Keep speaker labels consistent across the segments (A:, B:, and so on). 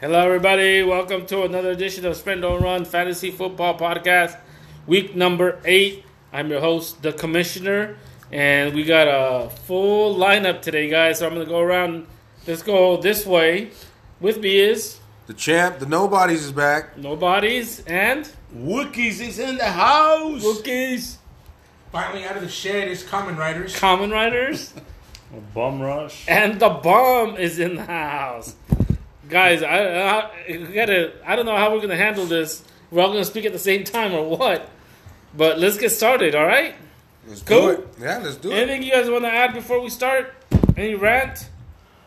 A: Hello, everybody. Welcome to another edition of Spend Don't Run Fantasy Football Podcast, week number eight. I'm your host, the Commissioner, and we got a full lineup today, guys. So I'm going to go around. Let's go this way. With me is
B: The champ, the nobodies is back.
A: Nobodies and
C: Wookiees is in the house.
A: Wookiees,
D: Finally out of the shed is Common Riders.
A: Common Riders,
C: Bum rush.
A: and the bomb is in the house. Guys, I, I, we gotta, I don't know how we're going to handle this. We're all going to speak at the same time or what, but let's get started, all right?
B: Let's
A: Cool.
B: do it. Yeah, let's do it.
A: Anything you guys want to add before we start? Any rant?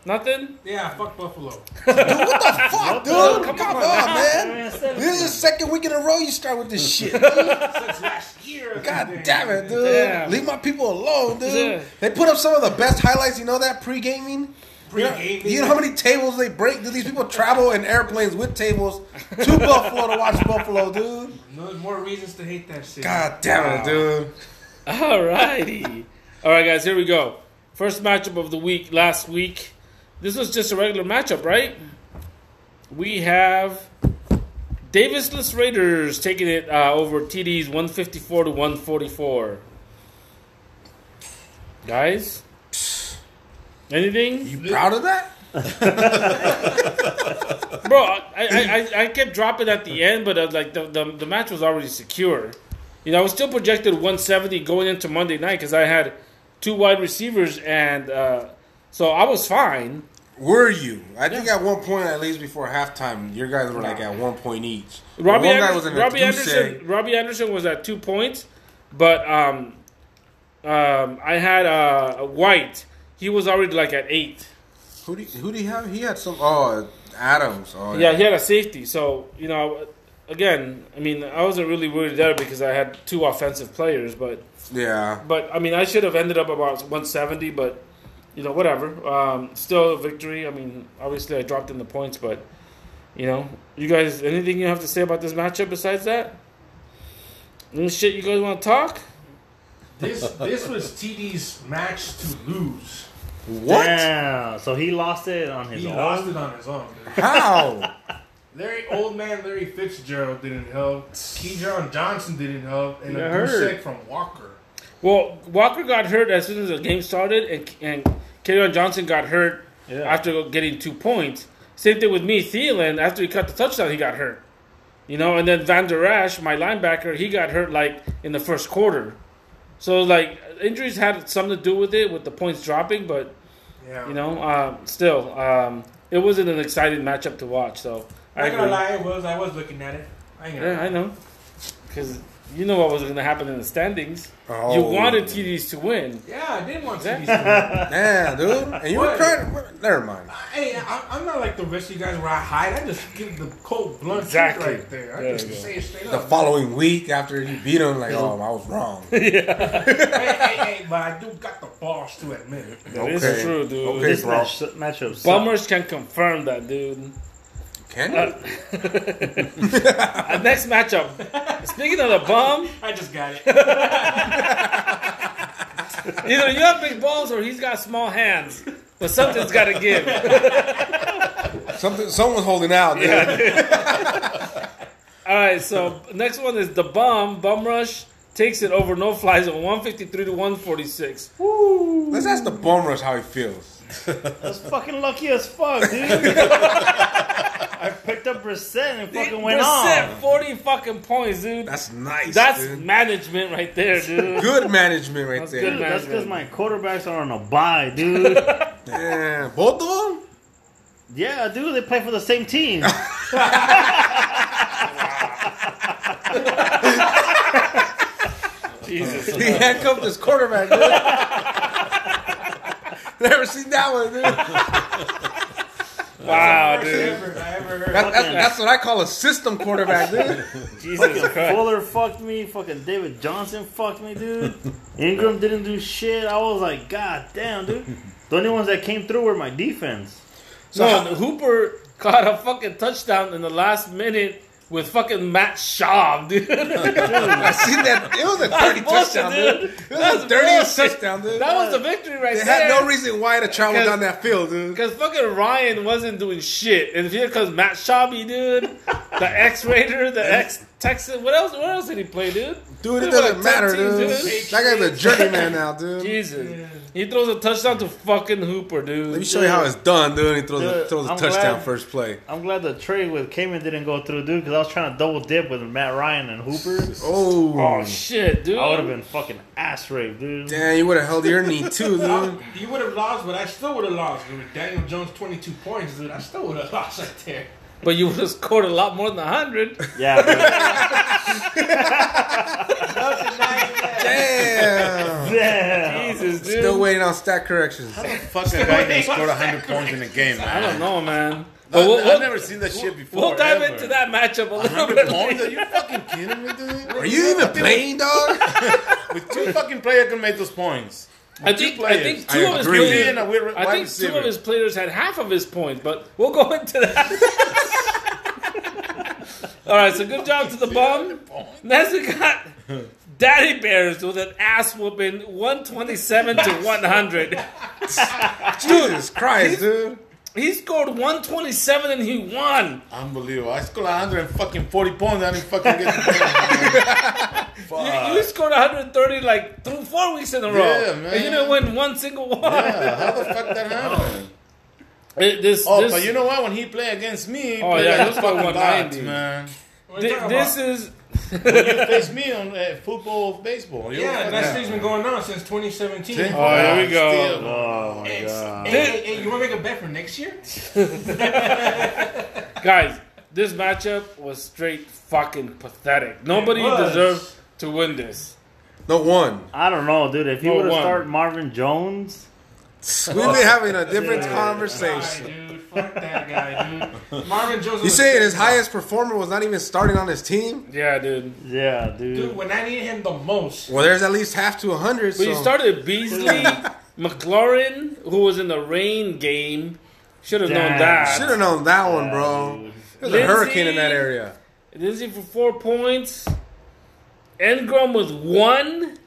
A: Nothing?
D: Yeah, fuck Buffalo.
B: Fuck, dude. Come,
A: Come on,
B: on, man. This is the second week in a row you start with this shit.
D: Since last year.
B: God damn it, dude.
A: Damn.
B: Leave my people alone, dude.
A: Yeah.
B: They put up some of the best highlights. You know that pre-gaming.
D: Pre-gaming.
B: You know how many tables they break? Do these people travel in airplanes with tables to Buffalo to watch Buffalo, dude?
D: No, there's more reasons to hate that shit.
B: God damn it, dude.
A: Alrighty. Alright, guys, here we go. First matchup of the week last week. This was just a regular matchup, right? We have Davisless Raiders taking it uh, over TD's 154 to 144. Guys? Anything?
B: You proud of that?
A: Bro, I, I, I, I kept dropping at the end, but uh, like the, the the match was already secure. You know, I was still projected 170 going into Monday night because I had two wide receivers, and uh, so I was fine.
B: Were you? I think at one point, at least before halftime, your guys were like at one point each.
A: Robbie,
B: one guy
A: Ander-
B: was in a
A: Robbie
B: goose
A: Anderson,
B: egg.
A: Robbie Anderson was at two points, but um, um, I had uh, White. He was already like at eight.
B: Who do you, who do you have? He had some. Oh, Adams. Oh,
A: Yeah, he had a safety. So you know, again, I mean, I wasn't really worried there because I had two offensive players, but.
B: yeah.
A: But I mean, I should have ended up about 170, but you know, whatever. Um, still a victory. I mean, obviously I dropped in the points, but you know, you guys, anything you have to say about this matchup besides that? Any shit you guys want to talk?
D: This this was TD's match to lose.
B: What?
C: Damn. So he lost it on his
D: He
C: own.
D: lost it on his own. dude.
B: How?
D: Larry, old man Larry Fitzgerald didn't help. Keyshawn Johnson didn't help, and
C: Yeah,
D: a
C: hurt.
D: goose egg from Walker.
A: Well, Walker got hurt as soon as the game started, and and Kerryon Johnson got hurt
C: Yeah.
A: after getting two points. Same thing with me, Thielen. After he caught the touchdown, he got hurt. You know, and then Van Der Esch, my linebacker, he got hurt like in the first quarter. So like injuries had something to do with it, with the points dropping. But
D: Yeah,
A: you know, um, still, um, it wasn't an exciting matchup to watch. So I
D: Not gonna
A: agree.
D: lie, it was. I was looking at it. I ain't gonna
A: Yeah, I
D: lie.
A: know, because you know what was going to happen in the standings.
B: Oh.
A: You wanted TDs to win.
D: Yeah, I did want TD's to lose.
B: Damn, dude. And you were
D: What?
B: trying. what- Never mind.
D: Hey, I, I'm not like the rest of you guys where I hide. I just give the cold blunt truth
A: Exactly.
D: right there. I
A: There
D: just
A: you go.
D: say it straight
B: The
D: up.
B: following week after you beat him, like, oh, I was wrong.
D: hey, hey, hey, but I do got the balls to admit it.
A: That is
B: Okay.
A: true, dude.
B: Okay.
C: This
B: bro.
C: match, matchup. sucked.
A: Bummers can confirm that, dude.
B: Can you?
A: Uh, Our Uh, next matchup. Speaking of the bum,
D: I just got it.
A: either you have big balls or he's got small hands. But something's got to give.
B: Something, someone's holding out, dude.
A: All right, so next one is the bum. Bum Rush takes it over no flies on 153 to 146.
B: Let's ask the bum rush how he feels.
C: That's fucking lucky as fuck, dude. I picked up percent and fucking went
A: Percent,
C: on.
A: 40 fucking points, dude.
B: That's nice.
A: That's
B: dude.
A: management right there, dude.
B: good management right
A: That's
B: there.
A: good.
C: Dude, that's because my quarterbacks are on a bye, dude.
B: Yeah, both of them.
C: yeah, dude, they play for the same team.
A: Jesus.
B: He handcuffed his quarterback. Dude. Never seen that one, dude. That,
A: Wow,
D: First
A: dude.
D: ever I ever heard.
B: that's, that's what I call a system quarterback, dude.
A: Jesus Christ.
C: Fuller fucked me. Fucking David Johnson fucked me, dude. Ingram didn't do shit. I was like, God damn, dude. The only ones that came through were my defense.
A: No, Hooper caught a fucking touchdown in the last minute with fucking Matt Schaub, dude.
B: I seen that. It was a dirty
A: bullshit,
B: touchdown,
A: dude.
B: dude. It
A: That's
B: was a dirty
A: bullshit.
B: touchdown, dude.
A: that was the victory right
B: They
A: there.
B: had no reason why to travel
A: Because-
B: down that field, dude.
A: Because fucking Ryan wasn't doing shit, and here comes Matt Schaub, dude, the ex Raider, the ex Texan. What else? What else did he play, dude?
B: Dude,
A: They
B: it doesn't
A: were like top
B: matter,
A: teams,
B: dude.
A: dude.
B: That guy's a journeyman now, dude.
A: Jesus, he throws a touchdown to fucking Hooper, dude.
B: Let me show you how it's done, dude. He throws
C: Dude,
B: a, throws a
C: I'm
B: touchdown
C: glad.
B: first play.
C: I'm glad the trade with Cayman didn't go through, dude, because I was trying to double dip with Matt Ryan and Hooper.
B: Oh,
A: Oh shit, dude!
C: I would have been fucking ass raped, dude.
B: damn! You would have held your knee too, dude.
D: You would have lost, but I still would have lost. Dude. With Daniel Jones, 22 points, dude. I still would have lost right there.
A: But you would have scored a lot more than hundred.
C: Yeah, dude.
B: Damn!
C: damn.
A: Jesus, dude.
B: Still waiting on stat corrections.
E: Fuck a guy that scored 100 points in a game,
A: I
E: man.
A: don't know, man. But
E: I've,
A: we'll,
E: I've
A: we'll,
E: never seen that shit before.
A: we'll dive
E: ever.
A: into that matchup a little
E: 100
A: bit.
E: points? Are
A: Later.
E: you fucking kidding me, dude?
B: Are you even playing, dog?
E: With two fucking players, I can make those points.
A: I think I think
B: I
A: two of his
B: agree.
E: Really? And
A: players,
E: a weird
A: I
E: wide
A: think two
E: receiver.
A: of his players had half of his points, but we'll go into that. All right, so good job to the bum. Next we got Daddy Bears with an ass whooping, one twenty-seven to one hundred.
B: Jesus Christ, dude!
A: He scored one twenty-seven and he won.
E: Unbelievable. I scored 140 points. I didn't fucking get the point.
A: You,
E: Fuck.
A: you scored one hundred thirty like through four weeks in a row,
E: Yeah,
A: and you
E: man.
A: didn't win one single one.
E: Yeah, how the fuck that happened?
A: It- this,
E: Oh,
A: this,
E: but you know what? When he played against me, he
A: Oh,
E: played
A: yeah,
E: like
A: he was
E: a
A: going
E: fucking
A: 190.
E: bot, man.
D: What are you
A: thi-
D: talking
A: this
D: about?
A: is
E: You faced me on uh, football, baseball. You
D: yeah,
E: were
D: that
E: fucking-
D: thing's been going on since 2017.
E: See?
A: Oh, here we go.
E: Still.
C: Oh my
D: Hey,
C: god.
D: hey, hey, hey, you want to make a bet for next year?
A: Guys, this matchup was straight fucking pathetic. Nobody
D: It was.
A: deserves to win this.
B: No one.
C: I don't know, dude. If he
A: Oh,
C: would have
A: one.
C: started Marvin Jones,
B: We've been having a different
C: Yeah.
B: conversation.
D: Guy, dude. Fuck that guy, dude. Marvin Joseph.
B: You saying his highest performer was not even starting on his team?
A: Yeah, dude.
C: yeah, dude.
D: Dude, when I needed him the most.
B: Well, there's at least half to a hundred.
A: But you
B: so-
A: started Beasley, McLaurin, who was in the rain game. Should have known
C: Damn.
A: that.
B: Should have known that one, bro.
C: dude.
B: There's
A: Lindsey-
B: a hurricane in that area.
A: Lindsey for four points. Engram with one.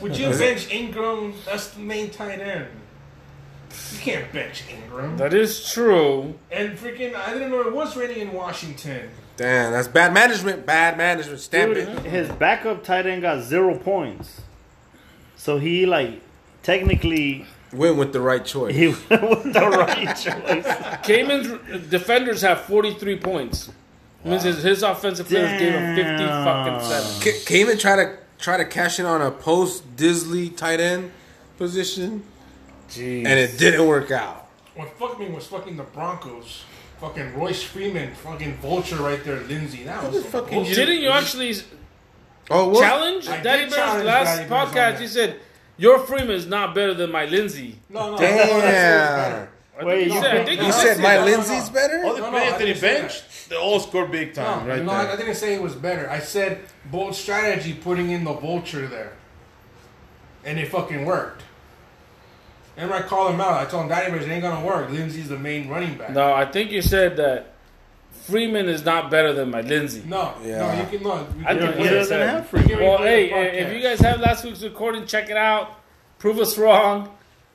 D: Would you bench Ingram? That's the main tight end. You can't bench Ingram.
A: That is true.
D: And freaking, I didn't know it was raining in Washington.
B: Damn, that's bad management. Bad management. Stamp
C: Dude,
B: it.
C: his backup tight end got zero points. So he like technically
B: Went with the right choice.
C: he went with the right choice.
A: Cayman's defenders have 43 points. Means his, his offensive players gave him 50 fucking
C: Damn.
A: seven.
B: Ca- Came and try to try to cash in on a post Disley tight end position,
A: Jeez.
B: and it didn't work out.
D: What fucked me was fucking the Broncos. Fucking Royce Freeman, fucking vulture right there, Lindsey. That was
B: the fuck
D: bullshit.
B: is
A: Didn't you actually
B: Oh, well,
A: challenge
D: I did
A: Daddy Bear's
D: challenge
A: last
D: Daddy Bear's on
A: podcast.
D: that.
A: You said your Freeman is not better than my Lindsay.
D: No, no,
B: Damn.
D: that's what I said was better.
A: I
C: Wait,
A: think you
C: you
A: said, I
C: think-
A: think
D: you
A: you
B: You said
A: said,
B: my
D: No, no, no.
B: Lindsay's
A: Oh,
E: All
B: better.
E: the
D: No, no,
E: players
D: I
E: that he
D: didn't say
E: benched, they all scored big time
D: No,
E: right
D: no, I
E: there.
D: didn't say it was better. I said bold strategy putting in the vulture there. And it fucking worked. And I called him out. I told him Daddy Bears it ain't gonna work. Lindsey's the main running back. No,
A: no, I think you said that Freeman is not better than my Lindsay.
D: no,
B: Yeah.
D: you can no. You
A: I
C: He
A: think
D: can-
A: what I
C: doesn't
A: said.
C: have free.
D: you can
A: Well,
D: replay
A: hey,
D: the
A: hey, if
D: podcast.
A: you guys have last week's recording, check it out. Prove us wrong.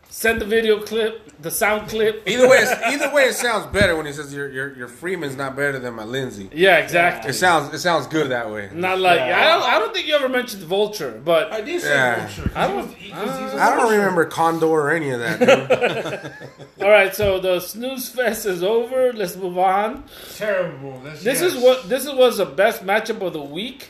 A: Send the video clip, the sound clip.
B: Either way, it's- either way, it sounds better when he says your your your Freeman's not better than my Lindsay.
A: Yeah, exactly.
B: It sounds it sounds good that way.
A: Not like
C: Yeah.
A: I don't. I don't think you ever mentioned Vulture, but
D: I did say
B: Yeah.
D: vulture. 'cause
A: I
D: he
A: don't-
D: was- he- 'cause he's a
B: I don't
D: vulture.
B: remember Condor or any of that. Dude.
A: all right. So the snooze fest is over. Let's move on.
D: Terrible. That's,
A: This
D: yes.
A: is what this was the best matchup of the week.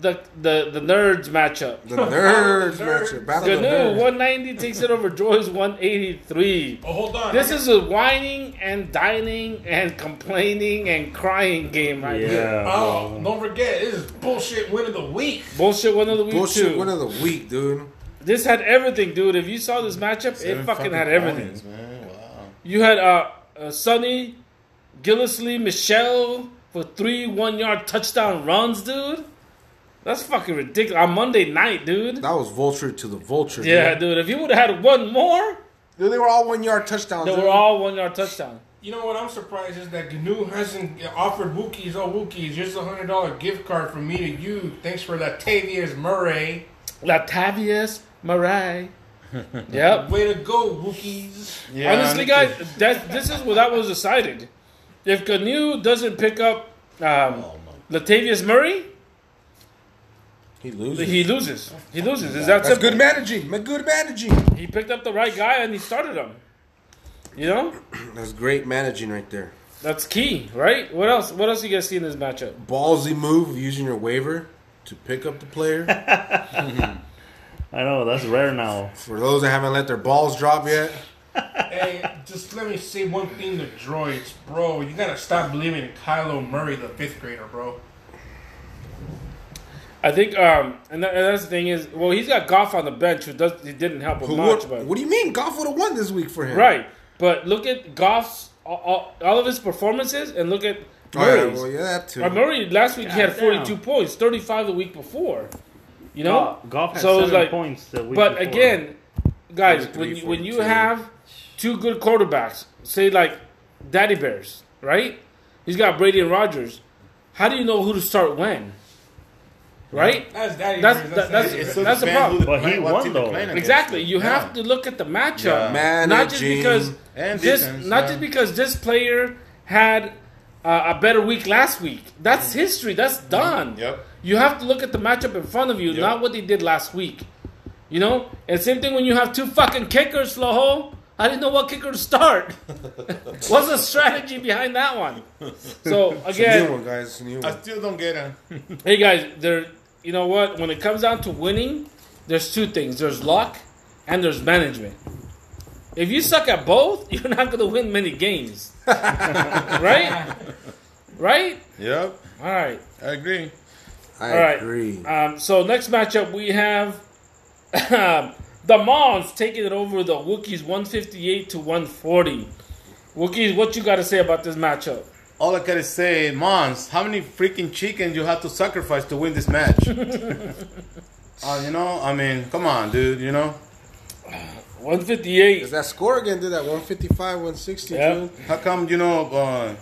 A: The the the nerds matchup.
B: The nerds
D: The
B: matchup.
D: nerds.
B: Battle of the
A: Gnu
B: nerds.
A: one ninety takes it over Joy's one eighty three.
D: Oh, hold on.
A: This is a whining and dining and complaining and crying game right here.
D: Oh, don't forget, this is bullshit win of the week.
A: Bullshit one of the week
B: Bullshit
A: too.
B: win of the week, dude.
A: this had everything, dude. If you saw this matchup, it
E: Seven
A: fucking had everything.
E: points, man. Wow.
A: You had uh, uh Sonny, Gillisley, Michelle for three one yard touchdown runs, dude. That's fucking ridiculous. On Monday night, dude.
B: That was vulture to the vulture.
A: Yeah,
B: dude.
A: dude. If you would have had one more,
B: Dude, they were all one yard touchdowns.
A: they
B: dude.
A: were all one yard touchdown.
D: You know what I'm surprised is that GNU hasn't offered Wookiees. Oh, Wookiees, here's a hundred dollar gift card from me to you. Thanks for Latavius Murray.
A: Latavius Murray. yep.
D: Way to go, Wookiees.
F: Yeah,
A: Honestly,
F: I'm-
A: guys, that this is what that was decided. If Canu doesn't pick up um, Latavius Murray,
G: He loses.
A: he loses. He loses. Is that
G: That's
A: simple?
G: good managing. Ma- Good managing.
A: He picked up the right guy and he started him. You know,
G: That's great managing right there.
A: that's key, right? What else? What else you guys see in this matchup?
G: Ballsy move using your waiver to pick up the player.
C: I know that's rare now.
G: For those that haven't let their balls drop yet,
D: hey, just let me say one thing to droids, bro. You gotta stop believing in Kylo Murray, the fifth grader, bro.
A: I think, um, and, that, and that's the thing is, well, he's got Goff on the bench, who does he didn't help him
G: Who
A: much,
G: would-
A: but
G: what do you mean? Goff would have won this week for him,
A: right. But look at Goff's all, all, all of his performances, and look at
G: Oh, yeah,
A: Murray's.
G: well, yeah, that too.
A: Uh, Murray last week he had
C: Goddamn.
A: 42 points, 35 the week before. You know,
C: golf has
A: So it's
C: seven
A: like-
C: points. The week
A: but
C: before.
A: again, guys,
G: 43,
A: when you, when you
G: 42.
A: have two good quarterbacks, say like Daddy Bears, right? He's got Brady and Rogers. How do you know who to start when? Right?
D: That's daddy.
A: That's-
D: Bears,
A: that- that's-
D: daddy
F: It
D: Bears.
F: still
A: that's the
F: depends
A: problem.
F: who the
C: But he
F: client- what
C: won,
F: team the
C: though.
F: client against.
A: Exactly. You
F: Yeah.
A: have to look at the matchup,
G: Yeah.
A: not just
G: Managing
A: because
F: and
A: this,
F: defense,
A: not
F: yeah.
A: just because this player had uh, a better week last week. That's history. That's done.
F: Mm. Yep.
A: You have to look at the matchup in front of you, not what they did last week. You know, and same thing when you have two fucking kickers, Flojo. I didn't know what kicker to start. What's the strategy behind that one? So
G: New
A: again,
G: one, guys. It's a new
F: I
G: one.
F: still don't get him.
A: hey guys, there. You know what? When it comes down to winning, there's two things: there's luck and there's management. If you suck at both, you're not going to win many games, right? Right?
F: Yep,
A: All right.
F: I agree.
G: I
A: All right.
G: agree.
A: Um, so next matchup we have um, the Mons taking it over the Wookiees, one fifty eight to one forty. Wookiees, what you got to say about this matchup?
F: All I gotta say, Mons, how many freaking chickens you have to sacrifice to win this match? uh, you know, I mean, come on, dude. You know,
A: One fifty eight.
G: Is that score again? Did that 155, 160?
A: Yeah.
G: June?
F: how come you know, uh,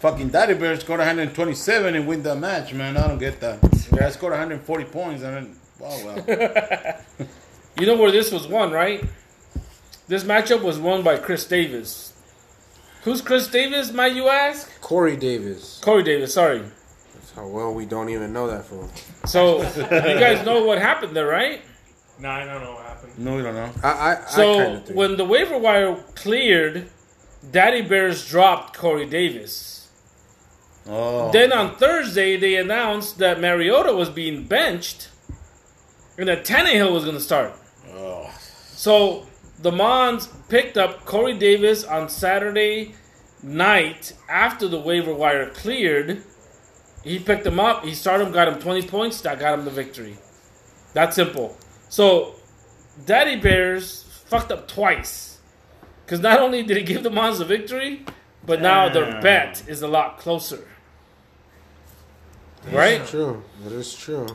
F: fucking Daddy Bear scored 127 and win that match, man? I don't get that. I scored 140 points and then, oh well.
A: You know where this was won, right? This matchup was won by Chris Davis. Who's Chris Davis? Might you ask?
G: Corey Davis.
A: Corey Davis. Sorry.
G: That's
B: Oh,
G: how well we don't even know that fool.
A: So you guys know what happened there, right?
D: Nah, I don't know what happened.
F: no, we don't know.
G: I, I, I kind
A: So
G: of think.
A: when the waiver wire cleared, Daddy Bears dropped Corey Davis.
F: Oh,
A: Then on Thursday, they announced that Mariota was being benched and that Tannehill was going to start. So the Mons picked up Corey Davis on Saturday night after the waiver wire cleared. He picked him up. He started him, got him 20 points. That got him the victory. That simple. So Daddy Bears fucked up twice. Because not only did it give the Mons the victory, but now their
C: Damn.
A: bet is a lot closer. Right?
G: true. That is true.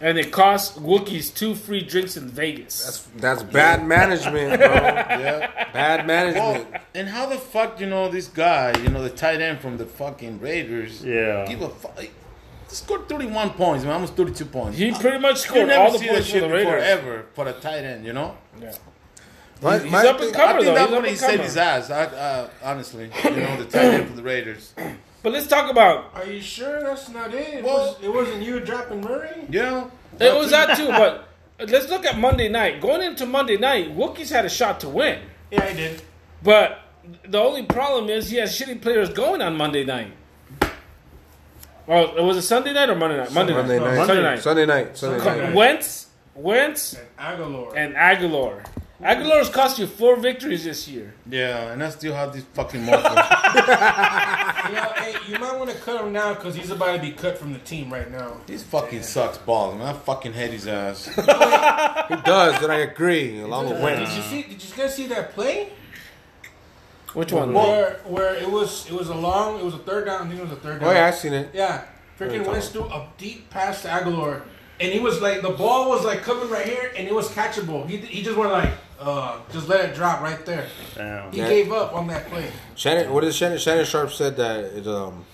A: And it costs Wookiees two free drinks in Vegas.
G: That's that's bad management, bro.
F: yeah.
G: bad
F: Oh,
G: management.
F: and how the fuck you know this guy? You know the tight end from the fucking Raiders.
C: Yeah.
F: Give a fuck. Scored 31 points, man. Almost 32 points.
A: he pretty much
F: You
A: scored
F: never
A: all the
F: see
A: points for
F: that shit
A: the
F: before
A: Raiders.
F: ever for a tight end, you know.
G: My,
A: He's
G: my
A: up
G: thing-
A: and coming though.
F: I think
A: He's
F: that's
A: up
F: when
A: and
F: he saved his
A: coming.
F: ass. I, uh, honestly, you know, the tight end for the Raiders.
A: But let's talk about
D: Are you sure that's not it? It,
F: Well-
D: was, it wasn't you dropping Murray?
F: Yeah,
A: it was that too. But let's look at Monday night. Going into Monday night, Wookiees had a shot to win,
D: Yeah, I did.
A: but the only problem is he has shitty players going on Monday night. Well, it was a Sunday night or Monday night. Monday,
G: Monday
A: night.
G: night.
A: Sunday night.
G: Sunday night. Sunday
D: Sunday
G: night.
D: night.
A: Wentz, Wentz,
D: And Aguilar.
A: and Aguilar. Aguilar's cost you four victories this year.
F: yeah, and I still have this fucking motherfucker.
D: you, know, hey, you might want to cut him now because he's about to be cut from the team right now.
F: this fucking sucks balls, man. I fucking hate his ass.
G: He does, and I agree. Along with
D: Did you
G: Wentz.
D: see? Did you guys see that play?
A: Which one?
D: Where where it was it was a long it
B: Oh,
D: was a third down. I think it was a third down.
G: Oh yeah, I seen it.
D: Yeah, freaking
G: Third
D: Wentz threw a deep pass to Aguilar. and he was like the ball was like coming right here, and it was catchable. He, he just went like, uh, just let it drop right there.
C: Damn.
D: He
B: Yeah.
D: gave up on that play.
B: Shannon, what is Shannon? Shannon Sharp said that it, um,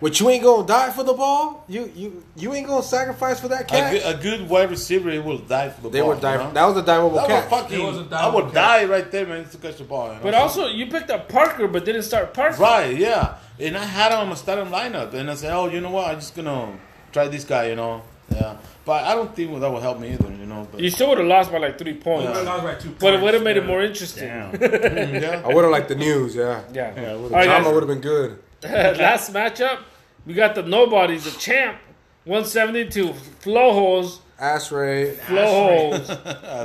B: what you ain't gonna die for the ball. You you you ain't gonna sacrifice for that
F: A
B: catch.
F: good, a good wide receiver, he will die for the
B: they
F: ball.
B: were diving.
F: You know?
B: That was a diveable
F: That
B: catch.
F: was fucking.
D: It was a
F: I
D: dive
F: would
D: catch.
F: die right there, man, to catch the ball. you know?
A: But also, you picked up Parker, but didn't start Parker.
F: Right, yeah. And I had him on my starting lineup, and I said, "Oh, you know what? I'm just gonna try this guy," you know. Yeah, but I don't think that will help me either, you know. But
A: You still would have lost by like three points.
B: Uh,
D: I lost by two
A: But it
D: points.
A: would have made it more interesting.
C: Damn.
F: yeah,
B: I would have liked the news. Yeah,
A: Yeah. All
B: Drama
A: right, guys.
B: would have been good.
A: Last matchup, we got the nobodies, the champ, 172. Flow holes,
B: Ass Ray.
A: flow holes,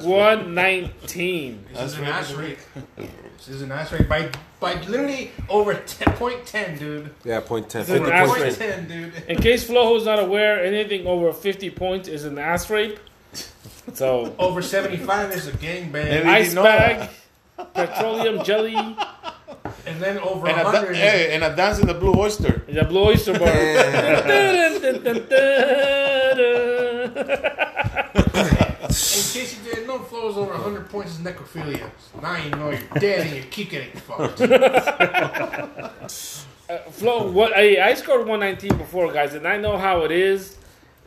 A: 119.
D: This is an ass rake. This is an ass rake by by literally over ten point ten, dude.
B: Yeah, point ten.
A: an
B: 50
A: ass
B: point
A: rape.
D: Point ten, dude.
A: In case Flojo's not aware, anything over 50 points is an ass rape. So,
D: Over seventy five is a gangbang,
F: Maybe-
A: ice
F: know
A: bag, petroleum jelly,
D: and then over
F: and I, da-
D: hundred.
F: hey, and I danced in the Blue Oyster.
A: the blue oyster bar.
B: Yeah.
D: In case you didn't know, flows over 100 points is necrophilia. Now you know you're dead and you keep getting fucked.
A: Flo, what, hey, I scored 119 before, guys, and I know how it is.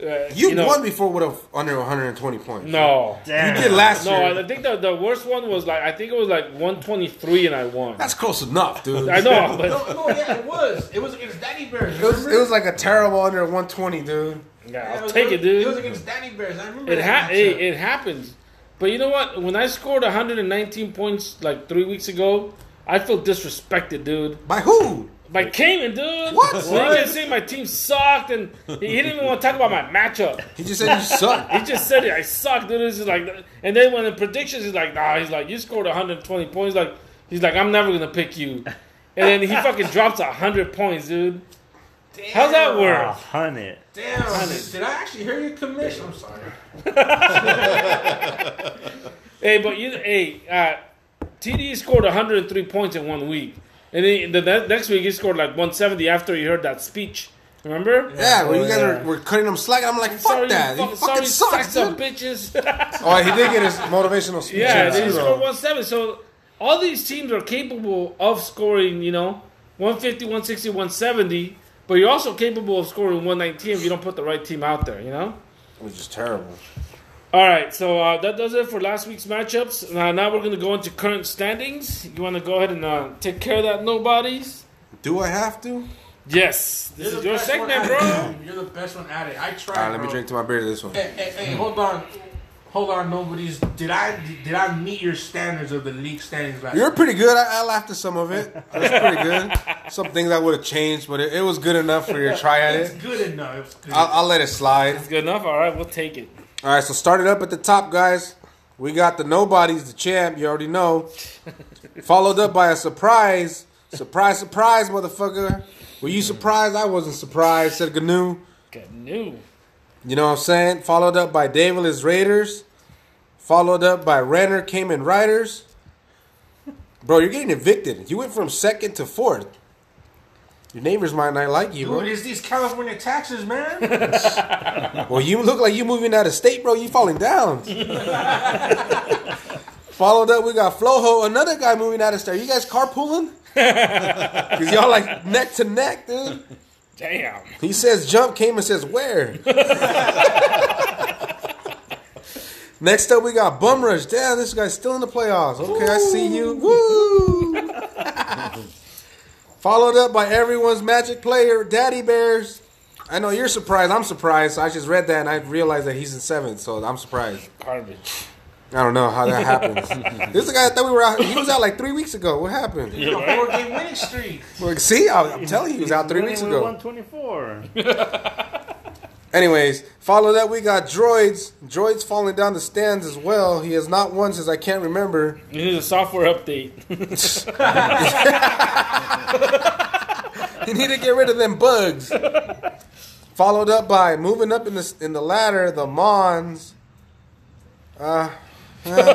A: Uh,
B: You,
A: know-
B: won before with a, under 120 points.
A: No.
B: you
C: Damn.
B: did last year.
A: No, I think the, the worst one was like, I think it was like 123 and I won.
B: That's close enough, dude.
A: I know, but
D: no, no, yeah, it was. It was against Danny Bears.
B: It was,
D: Remember?
B: it was like a terrible under 120, dude.
A: yeah,
D: Yeah,
A: I'll take it, dude.
D: It was against Danny Bears. I remember
A: It ha-
D: that
A: hey,
D: matchup.
A: it happens. But you know what? When I scored 119 points like three weeks ago, I feel disrespected, dude.
B: By who?
A: By Kamen, dude.
B: What?
A: He just saying my team sucked, and he he didn't even want to talk about my matchup.
B: He just said you suck.
A: He just said it. I suck, dude. It's just like, and then when the predictions, he's like, nah. He's like, you scored 120 points. Like, he's like, I'm never gonna pick you. And then he fucking drops 100 points, dude.
D: Damn,
A: How's that
C: A
A: work?
C: hundred.
D: Damn. Did, did I actually hear you commission? I'm sorry.
A: Hey, but you, hey, uh, TD scored 103 points in one week, and then the ne- next week he scored like 170 after he heard that speech. Remember?
B: Yeah, when you guys were, were cutting him slack, I'm like, fuck that. You fucking,
A: Oh, sorry,
B: sucks,
A: sacks of
B: dude.
A: bitches.
B: Oh, he did get his motivational speech.
A: yeah,
B: in,
A: they
B: too,
A: scored
B: though.
A: 170. So all these teams are capable of scoring, you know, 150, 160, 170. But you're also capable of scoring 119 if you don't put the right team out there, you know?
B: Which is terrible.
A: All right, so uh, that does it for last week's matchups. Now, now we're going to go into current standings. You want to go ahead and uh, take care of that, nobodies?
B: Do I have to? All
A: Yes, this
D: You're
A: is
D: the
A: your
D: best one
A: segment,
D: at
A: bro.
D: it. You're the best one at it. I tried.
B: right, let me
D: bro.
B: drink to my beer this one.
D: Hey, hey, hey, hold on. Hold on, nobody's. Did I did I meet your standards of the league standings last
B: You're pretty good. I, I laughed at some of it. It was pretty good. Some things I would have changed, but it, it was good enough for your try at
D: It's
B: it.
D: good enough. It's good.
B: I'll, I'll let it slide.
A: It's good enough. All right, we'll take it.
B: All right, so start it up at the top, guys. We got the nobodies, the champ. You already know. Followed up by a surprise, surprise, surprise, motherfucker. Were you surprised? I wasn't surprised. Said Gnu.
A: Good new.
B: You know what I'm saying? Followed up by Davil's Raiders. Followed up by Renner Cayman Riders. Bro, you're getting evicted. You went from second to fourth. Your neighbors might not like you, bro.
D: Dude, it's these California taxes, man.
B: Well, you look like you moving out of state, bro. You falling down. Followed up, we got Flojo, another guy moving out of state. You guys carpooling? Cause y'all like neck to neck, dude.
A: Damn.
B: He says jump, came and says where. Next up, we got Bum Rush. Damn, this guy's still in the playoffs. Okay, I see you. Woo! Followed up by everyone's magic player, Daddy Bears. I know you're surprised. I'm surprised. I just read that and I realized that he's in seventh, so I'm surprised.
A: Garbage.
B: I don't know how that happens. this is the guy I thought we were out. He was out like three weeks ago. What happened?
D: You're a four game winning streak.
B: Like, see, I, I'm telling you, he was out three weeks ago.
C: One twenty-four.
B: Anyways, follow that we got droids. Droids falling down the stands as well. He has not won since I can't remember.
A: This is a software update.
B: He need to get rid of them bugs. Followed up by moving up in the in the ladder, the Mons. Uh, uh,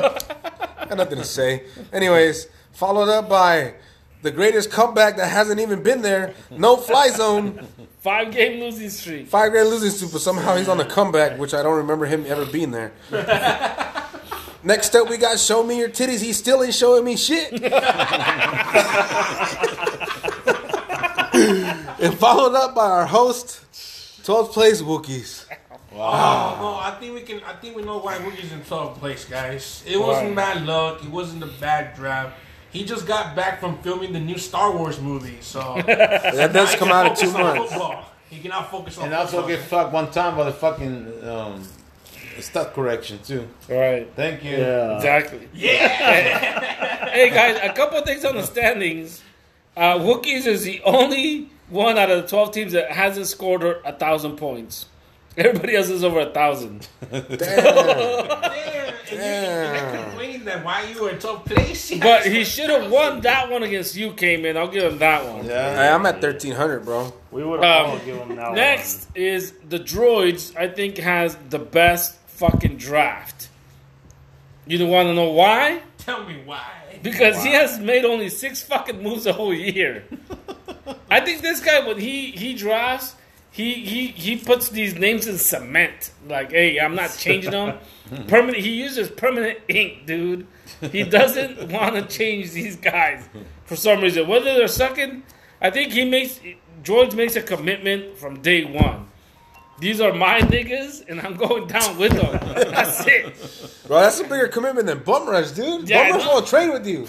B: got nothing to say. Anyways, followed up by the greatest comeback that hasn't even been there. No fly zone.
A: Five game losing streak.
B: Five grand losing streak, but somehow he's on a comeback, which I don't remember him ever being there. Next up, we got Show Me Your Titties. He still ain't showing me shit. and followed up by our host, 12th place Wookiees.
A: Ah.
D: Oh, no, I think we can. I think we know why Wookiee's in 12th place, guys. It wasn't bad luck. It wasn't a bad draft. He just got back from filming the new Star Wars movie, so
B: That does
D: He
B: come
D: can
B: out in two
D: focus on
B: months.
D: Football. He cannot focus on
F: And also
D: football.
F: get fucked one time by the fucking um, stat correction too.
A: Right.
F: Thank you.
C: Yeah.
A: Exactly. Yeah. hey guys, a couple of things on the standings. Uh, Wookiees is the only one out of the twelve teams that hasn't scored a thousand points. Everybody else is over a thousand.
B: Damn.
D: Damn, and you- and you're
B: Damn.
D: complaining that why you were in 12th place.
A: But he should have won that one against you, Cayman. I'll give him that one.
F: Yeah.
B: Hey, I'm at 1300, bro.
C: We would have
A: Um,
C: all given him that
A: Next is the droids. I think has the best fucking draft. You don't want to know why?
D: Tell me why.
A: Because he has made only six fucking moves the whole year. I think this guy when he he drafts, he he he puts these names in cement. Like, hey, I'm not changing them. permanent. He uses permanent ink, dude. He doesn't want to change these guys for some reason. Whether they're sucking, I think he makes George makes a commitment from day one. These are my niggas, and I'm going down with them. That's it.
B: Bro, that's a bigger commitment than Bum Rush, dude.
A: Yeah, I
B: Bum Rush
A: know.
B: won't train with you.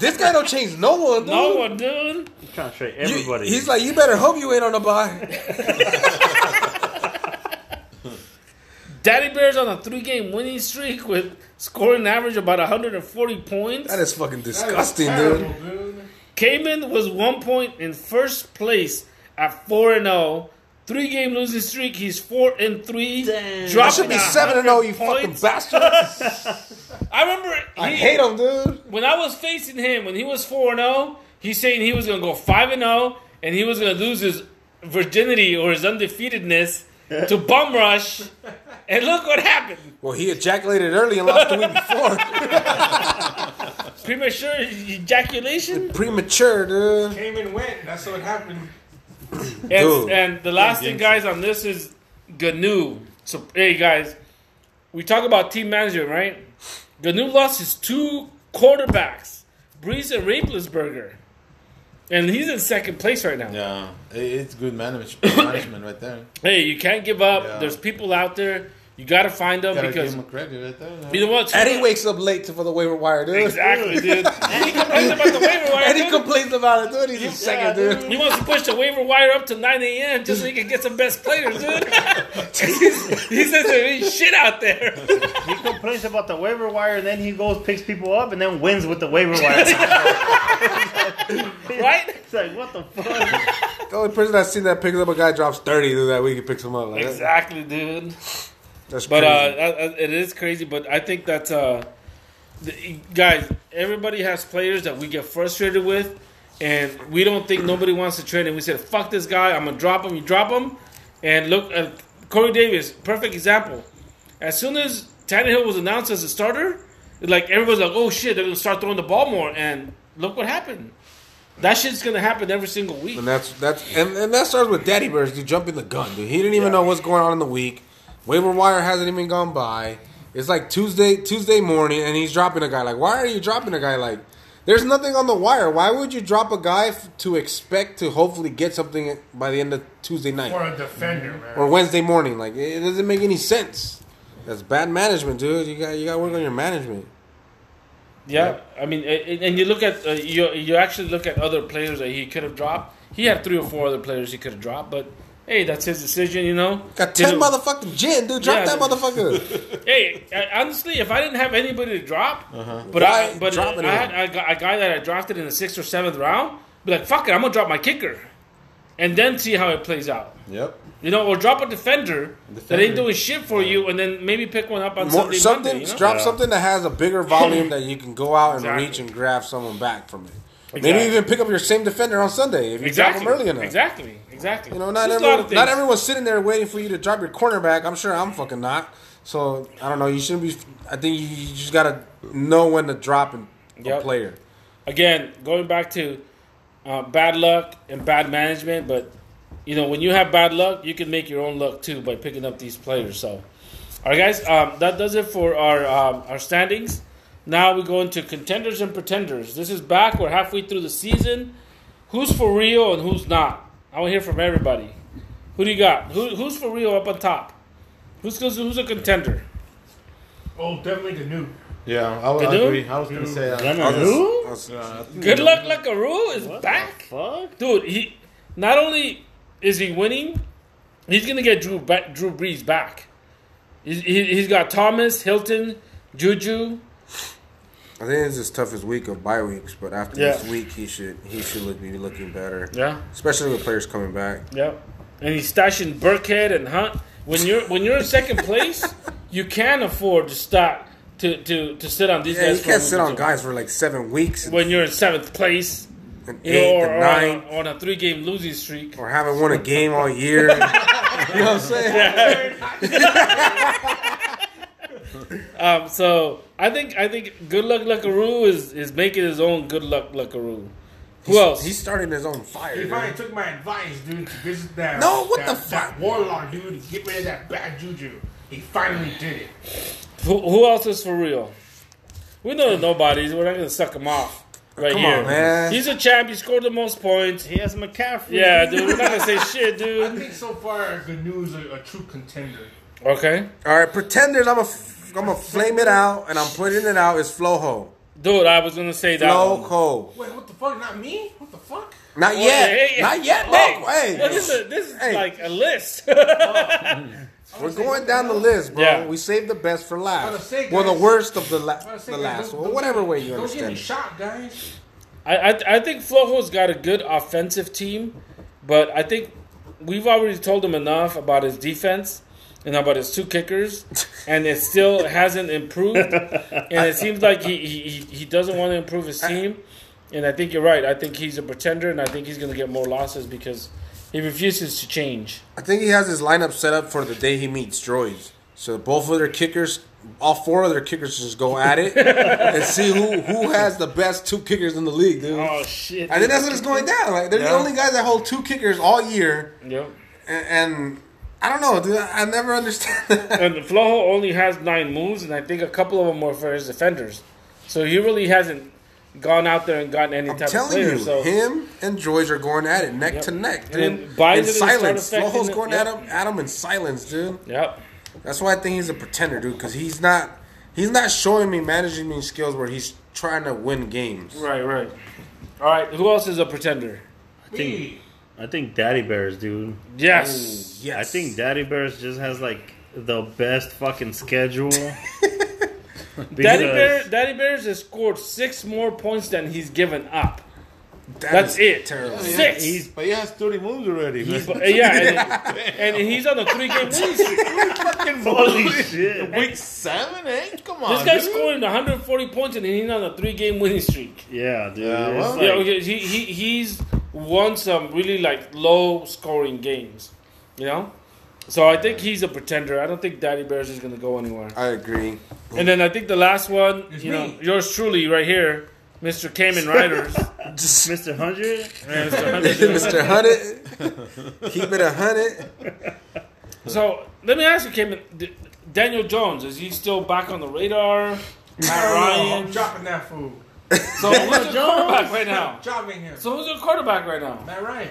B: this guy don't change no one, dude.
A: No one, dude.
C: one. Trying to trade
B: You-
C: everybody.
B: he's like, you better hope you ain't on a buy.
A: Daddy Bear's on a three game winning streak with scoring average about 140 points.
B: That is fucking disgusting,
D: Disgusting,
B: dude.
D: dude.
A: Cayman was one point in first place at 4 and 0. Three game losing streak. He's 4 and 3.
C: Damn.
B: I
A: Dropping
B: should be 7 and 0, you
A: 100
B: fucking
A: points.
B: bastard.
A: I remember he,
B: I hate him, dude.
A: when I was facing him, when he was 4 and 0, he's saying he was going to go 5 and 0 and he was going to lose his virginity or his undefeatedness to Bum Rush. And look what happened.
B: Well, he ejaculated early and lost the week before.
A: Premature ejaculation.
B: Premature, dude.
D: Came and went. That's what happened.
A: And,
B: Dude.
A: and the last thing, guys, on this is Gnu. So, hey, guys, we talk about team management, right? Gnu lost his two quarterbacks, Breeze and Raplesberger. And he's in second place right now.
F: Yeah. It- It's good manage- management right there.
A: Hey, you can't give up.
F: Yeah.
A: There's people out there. You got to find them
F: Gotta give
A: because
F: him credit right there.
A: you know what?
B: Eddie wakes up late to for the waiver wire, dude.
A: Exactly, dude. and he complains about the waiver wire.
B: Eddie
A: dude.
B: complains about it, dude. He's a second, dude.
A: he wants to push the waiver wire up to 9 a.m. just so he can get some best players, dude. he says there ain't shit out there.
C: he complains about the waiver wire, and then he goes, picks people up, and then wins with the waiver wire.
A: right?
C: it's like, what the fuck?
B: The only person I've seen that picks up a guy drops 30 dude, that week, he picks him up. Like, that-
A: Exactly, dude.
B: That's
A: But uh,
B: crazy.
A: uh, it is crazy. But I think that uh, the, guys, everybody has players that we get frustrated with, and we don't think nobody wants to trade. And we said, "Fuck this guy! I'm gonna drop him." You drop him, and look, uh, Corey Davis, perfect example. As soon as Tannehill was announced as a starter, like everybody's like, "Oh shit, they're gonna start throwing the ball more." And look what happened. That shit's gonna happen every single week.
B: And that's that's and, and that starts with Daddy Bears, dude, jumping the gun, dude. He didn't even know what's going on in the week. Waiver wire hasn't even gone by. It's like Tuesday Tuesday morning, and he's dropping a guy. Like, why are you dropping a guy? Like, there's nothing on the wire. Why would you drop a guy f- to expect to hopefully get something by the end of Tuesday night
D: Or a defender, man.
B: or Wednesday morning? Like, it, it doesn't make any sense. That's bad management, dude. You got you got to work on your management.
A: Yeah, I mean, a- and, and you look at uh, you you actually look at other players that he could have dropped. He had three or four other players he could have dropped, but hey, that's his decision, you know.
B: Got ten
A: Dude,
B: motherfucking gin, dude. Drop
A: Yeah, dude.
B: that motherfucker.
A: Hey, I, honestly, if I didn't have anybody to drop, but
B: Uh-huh. Why
A: I but
B: drop it
A: I had a, gu- a guy that I drafted in the sixth or seventh round, be like, fuck it, I'm gonna drop my kicker, and then see how it plays out.
F: Yep.
A: You know, or drop a defender, that ain't
F: Defender.
A: doing shit for you, and then maybe pick one up on
B: More,
A: Sunday,
B: something,
A: Monday, you know?
B: drop something that has a bigger volume that you can go out and
A: Exactly.
B: reach and grab someone back from it.
A: Exactly.
B: Maybe even pick up your same defender on Sunday if you
A: exactly,
B: drop him early enough.
A: exactly, exactly.
B: You know, not
A: There's a lot of
B: everyone, not
A: things.
B: everyone's sitting there waiting for you to drop your cornerback. I'm sure I'm fucking not. So I don't know. You shouldn't be. I think you, you just gotta know when to drop and a
A: Yep.
B: player.
A: again, going back to uh, bad luck and bad management, but you know when you have bad luck, you can make your own luck too by picking up these players. So, all right, guys, um, that does it for our um, our standings. Now we go into contenders and pretenders. This is back. We're halfway through the season. Who's for real and who's not? I want to hear from everybody. Who do you got? Who, who's for real up on top? Who's who's a contender?
D: Oh, definitely the new.
F: Yeah, I would
A: Can do? Mm.
F: agree. I was gonna say that.
C: Gunnar who?
A: Good luck, Lakaru is
C: What the
A: back,
C: fuck?
A: dude. He not only is he winning, he's gonna get Drew ba- Drew Brees back. He's, he, he's got Thomas Hilton, Juju.
B: I think it's his toughest week of bye weeks, but after
A: Yeah.
B: this week, he should he should look, be looking better,
A: Yeah,
B: especially with players coming back.
A: yeah. And he's stashing Burkhead and Hunt. When you're when you're in second place, you can afford to stop to to, to sit on these
B: Yeah,
A: guys.
B: you
A: for a
B: can't sit
A: little
B: on
A: bit.
B: guys for like seven weeks and,
A: when you're in seventh place,
B: and
A: you know,
B: eight
A: or,
B: and
A: or on,
B: nine,
A: a, on a three game losing streak.
B: or haven't won a game all year. you know what I'm saying?
A: Um, so I think I think good luck Luckaroo is is making his own good luck Luckaroo. Who else?
B: He's starting his own fire.
D: He
B: dude.
D: finally took my advice, dude, to visit that.
B: No, what
D: that,
B: the
D: That
B: fuck?
D: warlock, dude, to get rid of that bad juju. He finally did it.
A: who, who else is for real? We know nobody's. We're not gonna suck him off right
B: Come
A: here.
B: on, man.
A: He's a champ. He scored the most points.
C: He has McCaffrey.
A: Yeah, dude. We're not gonna say shit,
D: I
A: dude.
D: think so far, Ganu's a, a true contender.
A: Okay,
B: All right, pretenders. I'm a f- I'm gonna flame it out, and I'm putting it out. It's Floho.
A: dude. I was gonna say that. one.
B: Floho.
D: Wait, what the fuck? Not me? What the fuck?
B: Not
A: Boy,
B: yet.
A: hey, hey.
B: Not yet.
A: Hey,
B: No. Hey.
A: well, this is, a, this is
B: Hey. Oh,
A: like a list.
B: We're going down the list, bro.
A: Yeah.
B: We saved the best for
D: Gotta
B: last.
D: say,
B: Well, the
D: guys.
B: worst of the, la-
D: I was
B: the
D: thinking,
B: last
D: don't-
B: one.
D: don't-
B: Whatever way you
D: Don't get me
B: understand. it.
D: shot, guys.
A: I, I I think Flojo's got a good offensive team, but I think we've already told him enough about his defense and about his two kickers, and it still hasn't improved. And it seems like he, he, he- he doesn't want to improve his team. And I think you're right. I think he's a pretender, and I think he's going to get more losses because he refuses to change.
B: I think he has his lineup set up for the day he meets droids. So both of their kickers, all four of their kickers, just go at it and see who who has the best two kickers in the league, dude.
A: Oh shit!
B: I think that's what it's going down. Like they're the only guys that hold two kickers all year,
A: Yep.
B: and, and I don't know, dude. I I never understand that.
A: And Flojo only has nine moves, and I think a couple of them were for his defenders. So he really hasn't gone out there and gotten any
B: I'm
A: type of
B: telling
A: player.
B: you,
A: so
B: him and Droids are going at it neck to neck,
A: then
B: dude.
A: Biden
B: in
A: is gonna start
B: silence,
A: affecting
B: Flojo's
A: it.
B: going
A: Yep.
B: at him, at him in silence, dude.
A: Yep.
B: That's why I think he's a pretender, dude, because he's not he's not showing me managing me skills where he's trying to win games.
A: Right, right. All right, who else is a pretender?
C: think-
D: Me.
C: I think Daddy Bears, dude.
A: Yes.
B: Yes,
C: I think Daddy Bears just has like the best fucking schedule.
A: Daddy
C: Because-
A: Bear Daddy Bears has scored 6 more points than he's given up.
B: That
A: That's
B: is
A: it.
B: Terrible.
A: Yeah. Six.
F: He's, but he has 30 moves already. man.
A: But, uh, yeah, and, and he's on a 3 game winning streak.
C: Holy shit.
F: Week seven, eh? Come on.
A: This guy's
F: dude.
A: scoring 140 points and he's on a 3 game winning streak.
C: Yeah, dude.
F: Yeah,
C: it's
F: well-
A: Yeah,
C: like-
A: okay, he, he he's won some really like low scoring games, you know? So I think he's a pretender. I don't think Daddy Bears is going to go anywhere.
B: I agree.
A: And then I think the last one,
D: It's
A: you know,
D: me.
A: yours truly right here, Mr. Cayman Riders.
C: Mr. Hundred.
B: Mr. Hundred, keep it a hundred.
A: So let me ask you, Cayman. D- Daniel Jones is he still back on the radar? Matt
D: I'm
A: Ryan.
D: dropping that fool.
A: So who's your quarterback right now?
D: Dropping him.
A: So who's your quarterback right now?
D: Matt Ryan.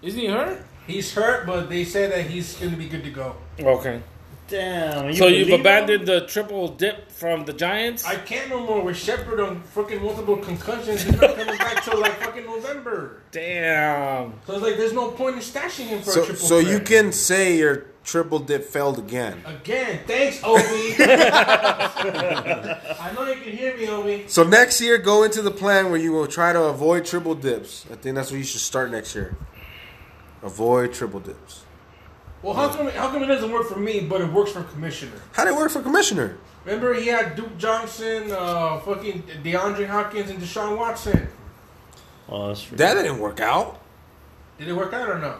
A: Isn't he hurt?
D: He's hurt, but they say that he's going to be good to go.
A: Okay.
C: Damn. You
A: so you've
C: believe
A: abandoned
C: him?
A: the triple dip from the Giants.
D: I can't no more with Shepard on freaking multiple concussions. He's not coming back till like fucking November.
A: Damn.
D: So it's like there's no point in stashing him for a
B: So,
D: triple
B: so you
D: threat.
B: can say your triple dip failed again.
D: Again, thanks, Obi. I know you can hear me, Obi.
B: So next year, go into the plan where you will try to avoid triple dips. I think that's what you should start next year. Avoid triple dips.
D: Well, how come, how come it doesn't work for me, but it works for Commissioner?
B: How did it work for commissioner?
D: Remember, he had Duke Johnson, uh, fucking DeAndre Hopkins, and Deshaun Watson.
C: Oh, that's true.
B: That didn't work out.
D: Did it work out or no?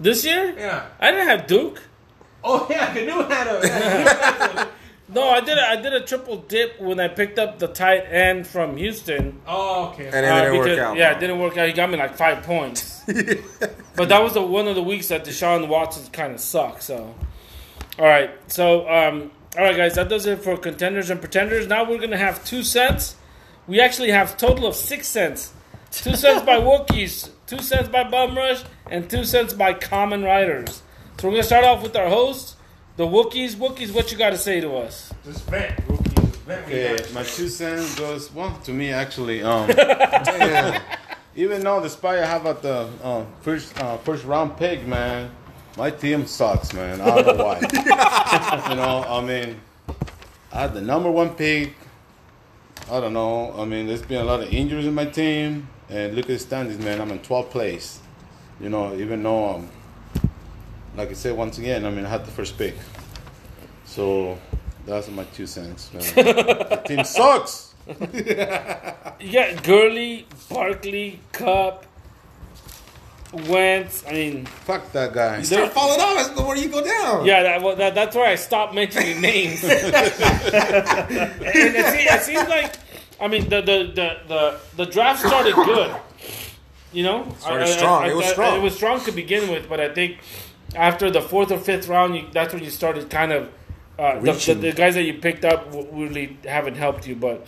A: This year,
D: Yeah.
A: I didn't have Duke.
D: Oh, yeah, Canoe had him. Yeah, Canoe had him.
A: No, I did. A, I did a triple dip when I picked up the tight end from Houston.
D: Oh, okay.
B: And it didn't work out.
A: Uh, Yeah, it didn't work out. He got me like five points. but that was the, one of the weeks that Deshaun Watson kind of sucked. So, all right. So, um, all right, guys, that does it for contenders and pretenders. Now we're gonna have two cents. We actually have total of six cents. Two cents by Wookiees, two cents by Bum Rush, and two cents by Common Riders. So we're gonna start off with our host, the Wookiees. Wookiees, what you got to say to us?
D: Just vent, rookie. Just vent when you
F: Okay,
D: got-
F: my two cents goes well to me actually. Um, even though despite I have at the uh, first uh, first round pick, man, my team sucks, man. I don't know why. you know, I mean, I had the number one pick. I don't know. I mean, there's been a lot of injuries in my team, and look at the standings, man. I'm in 12th place. You know, even though um, like I said once again, I mean, I had the first pick. So that's my two cents, man. the team sucks.
A: You got Gurley, Barkley, Cup, Wentz. I mean,
F: Fuck that guy.
B: They're falling off. That's the where you go down.
A: yeah, that, well, that, that's where I stopped mentioning names. and it, se- it seems like, I mean, the the, the, the the draft started good. You know,
B: Started strong. It was strong.
A: It was strong to begin with, but I think after the fourth or fifth round, you, that's when you started kind of. Uh, the, the,
B: Reaching.
A: the guys that you picked up w- really haven't helped you, but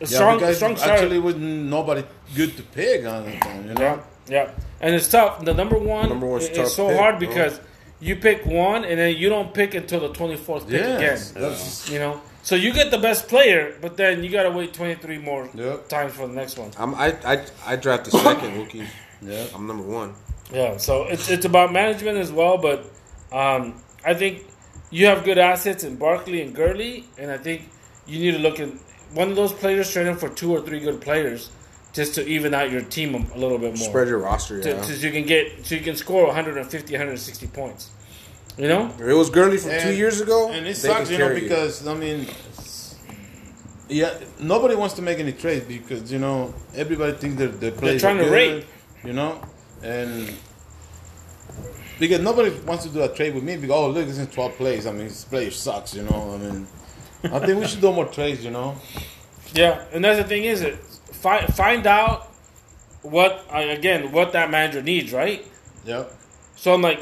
A: a
F: Yeah,
A: strong,
F: because
A: strong start.
F: actually was nobody good to pick on it, you know?
A: Yeah, yeah, and it's tough. The number one,
B: Number one's
A: i-
B: tough
A: it's so
B: pick,
A: hard
B: bro.
A: because you pick one and then you don't pick until the twenty fourth pick
F: Yes,
A: again. You know, so you get the best player, but then you gotta wait twenty three more
F: Yep.
A: times for the next one.
B: I'm, I I I drafted second rookie.
F: Yeah.
B: I'm number one.
A: Yeah, so it's it's about management as well, but um, I think you have good assets in Barkley and Gurley, and I think you need to look at one of those players trading for two or three good players just to even out your team a, a little bit more.
B: Spread your roster.
A: to,
B: Yeah.
A: to- so you can get so you can score 150 160 points you know
B: If it was Gurley from two
F: And-
B: years ago.
F: And
B: they
F: it sucks,
B: could
F: you know,
B: carry
F: because I mean, s- yeah, nobody wants to make any trades because you know everybody thinks they're they're, playing
A: trying to
F: good,
A: rape.
F: you know, and because nobody wants to do a trade with me because oh look, this is twelve plays. I mean, this player sucks, you know. I mean, I think we should do more trades, you know.
A: yeah and that's the thing is it find find out what uh, again what that manager needs right
F: Yeah,
A: so i'm like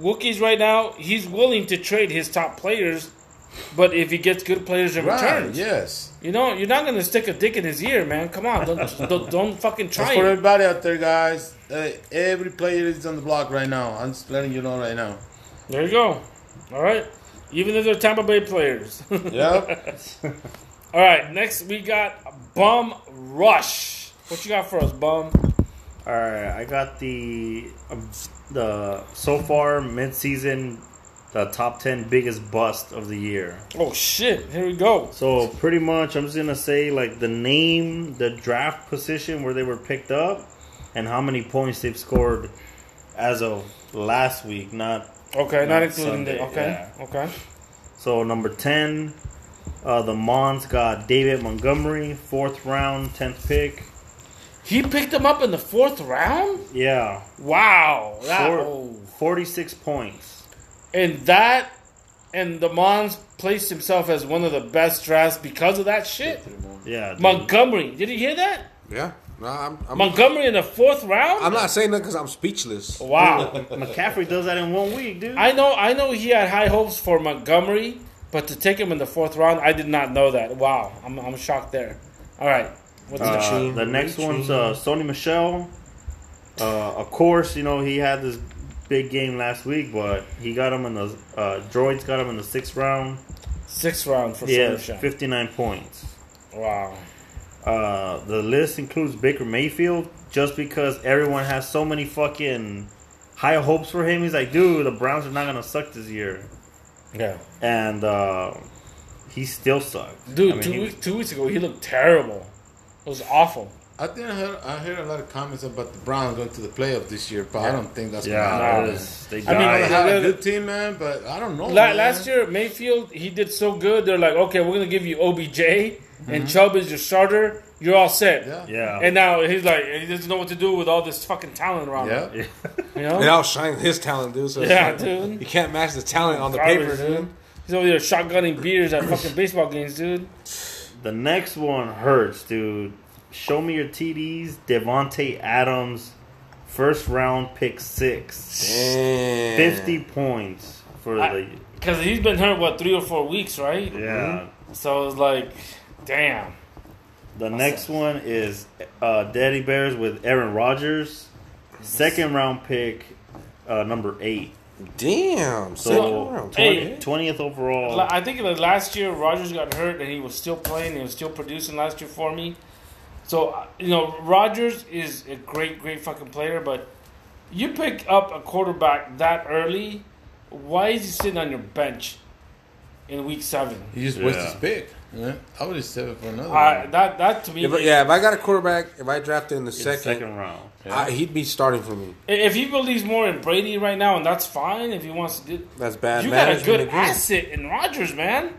A: Wookiees right now he's willing to trade his top players but if he gets good players in
F: right.
A: return
F: Yes.
A: you know you're not gonna stick a dick in his ear man come on don't don't, don't fucking
F: That's
A: try
F: for
A: it.
F: everybody out there, guys. Uh, every player is on the block right now. I'm just letting you know right now.
A: there you go all right even if they're tampa bay players
F: Yeah.
A: All right, next we got Bum Rush. What you got for us, Bum?
C: All right, I got the um, the so far midseason the top ten biggest bust of the year.
A: Oh shit, here we go.
C: So pretty much, I'm just gonna say like the name, the draft position where they were picked up, and how many points they've scored as of last week. Not
A: Okay, not
C: Not
A: including the
C: Sunday,
A: okay, okay.
C: so number ten, uh, the Mons got David Montgomery, fourth round, tenth pick.
A: He picked him up in the fourth round.
C: Yeah,
A: Wow, that,
C: four,
A: oh.
C: 46 points.
A: and that and the Mons placed himself as one of the best drafts because of that shit.
C: Yeah, dude.
A: Montgomery, did you hear that?
B: you. Yeah. No, I'm I'm,
A: Montgomery in the fourth round.
B: I'm not saying that because I'm speechless.
A: Wow,
C: McCaffrey does that in one week, dude.
A: I know, I know he had high hopes for Montgomery, but to take him in the fourth round, I did not know that. Wow, I'm, I'm shocked there. All right, what's next?
C: Uh, the next one's uh, Sony Michelle. Uh, of course, you know he had this big game last week, but he got him in the uh, droids got him in the sixth round.
A: Sixth round for
C: He
A: yeah,
C: had fifty nine points.
A: Wow.
C: Uh, the list includes Baker Mayfield, just because everyone has so many fucking high hopes for him. He's like, dude, the Browns are not gonna suck this year,
A: Yeah.
C: and uh, he still sucked.
A: Dude,
C: I mean,
A: two,
C: he-
A: weeks, two weeks ago, he looked terrible. It was awful.
F: I think I heard, I heard a lot of comments about the Browns going to the playoff this year, but I don't think that's
C: yeah,
F: gonna happen.
C: it was- they
F: I mean,
A: Nah,
F: I
C: died.
F: had
A: yeah.
F: a good team, man, but I don't know.
A: La-
F: man.
A: last year, Mayfield, he did so good. They're like, okay, we're going to give you OBJ, and Chubb is your starter. You're all set.
F: yeah,
C: yeah,
A: And now he's like, he doesn't know what to do with all this fucking talent around him.
F: yeah.
A: You
B: It
A: know?
B: outshined his talent, dude. So it's
A: Yeah,
B: like,
A: dude.
B: You can't match the talent on the
A: Garbage,
B: paper, dude.
A: dude. He's over there shotgunning beers at fucking baseball games, dude.
C: The next one hurts, dude. Show me your TDs. Devonte Adams, first round pick six,
B: Damn.
C: fifty points for the
A: Because he's been hurt what three or four weeks, right?
C: yeah.
B: Mm-hmm.
A: So it's like, damn.
C: The next one is uh, Daddy Bears with Aaron Rodgers, second round pick, uh, number eight.
B: Damn.
C: So-
B: So,
A: Hey.
C: Twentieth overall.
A: La- I think like last year Rogers got hurt and he was still playing. He was still producing last year for me. So uh, you know Rogers is a great, great fucking player, but you pick up a quarterback that early. Why is he sitting on your bench in week seven?
F: He just
C: Yeah.
F: wasted his pick. Yeah. I would have saved it for another.
A: I
F: one.
A: that that to me,
B: If, yeah, if I got a quarterback, if I drafted in the
C: second.
B: second,
C: round.
B: I, he'd be starting for me.
A: i- if he believes more in Brady right now, and that's fine if he wants to do.
B: That's bad
A: You got a
B: management.
A: good
B: again.
A: asset in Rogers, man.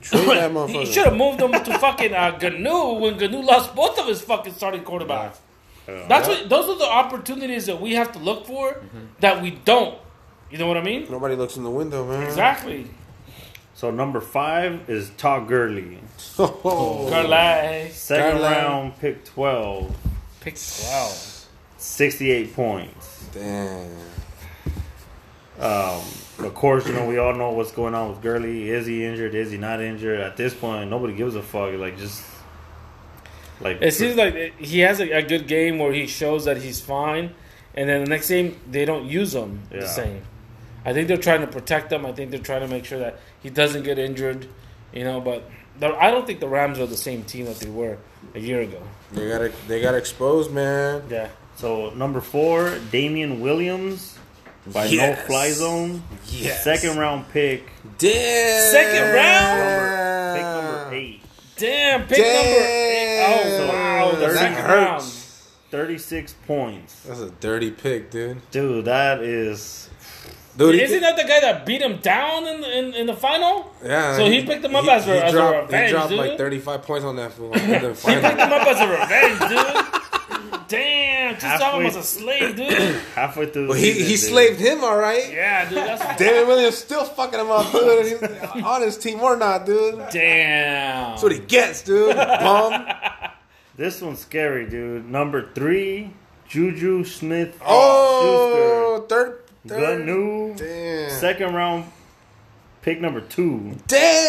B: Trade that
A: He
B: motherfucker.
A: should have moved him to fucking uh, Ganu when Ganu lost both of his fucking starting quarterbacks. That's what. Those are the opportunities that we have to look for that we don't. You know what I mean?
B: Nobody looks in the window, man.
A: Exactly.
C: So number five is Todd Gurley,
B: Oh,
A: Carlisle
C: second
B: Gurley.
C: round pick 12,
A: pick twelve.
C: 68 points.
B: Damn.
C: Um, of course, you know we all know what's going on with Gurley. Is he injured? Is he not injured? At this point, nobody gives a fuck. Like just like
A: It seems like it- he has a, a good game where he shows that he's fine, and then the next game they don't use him
C: Yeah.
A: the same. I think they're trying to protect him. I think they're trying to make sure that he doesn't get injured. You know, but the, I don't think the Rams are the same team that they were a year ago.
B: They got they got exposed, man.
A: Yeah.
C: So number four, Damian Williams by
B: Yes.
C: no fly zone,
B: Yes.
C: second round pick,
B: Damn.
A: Second round?
C: pick
B: Uh.
C: number eight,
A: Damn, pick number eight. Oh, wow. The
C: That
A: second round.
B: hurts.
C: 36 pounds.
B: That's a dirty pick, dude.
C: Dude, that is
B: Dude, he-
A: Isn't that the guy that beat him down in the, in, in the final?
B: yeah.
A: So he picked him up as a- as a
B: dropped,
A: revenge,
B: He dropped
A: dude.
B: like 35 points on that fool. And then
A: He picked
B: finally,
A: him up as a revenge, dude. Damn, just saw him
C: Halfway-
A: as a slave, dude.
C: halfway through.
B: well, he,
C: season,
B: he
C: dude.
B: slaved him, all right.
A: Yeah, dude, that's
B: Damon Williams still fucking him up, dude. He's on his team or not, dude. That's
A: damn.
B: what he gets, dude. Bum.
C: This one's scary, dude. Number three, Juju Smith.
B: Oh, third.
C: Good
B: third.
C: new
B: Damn.
C: second round pick number two.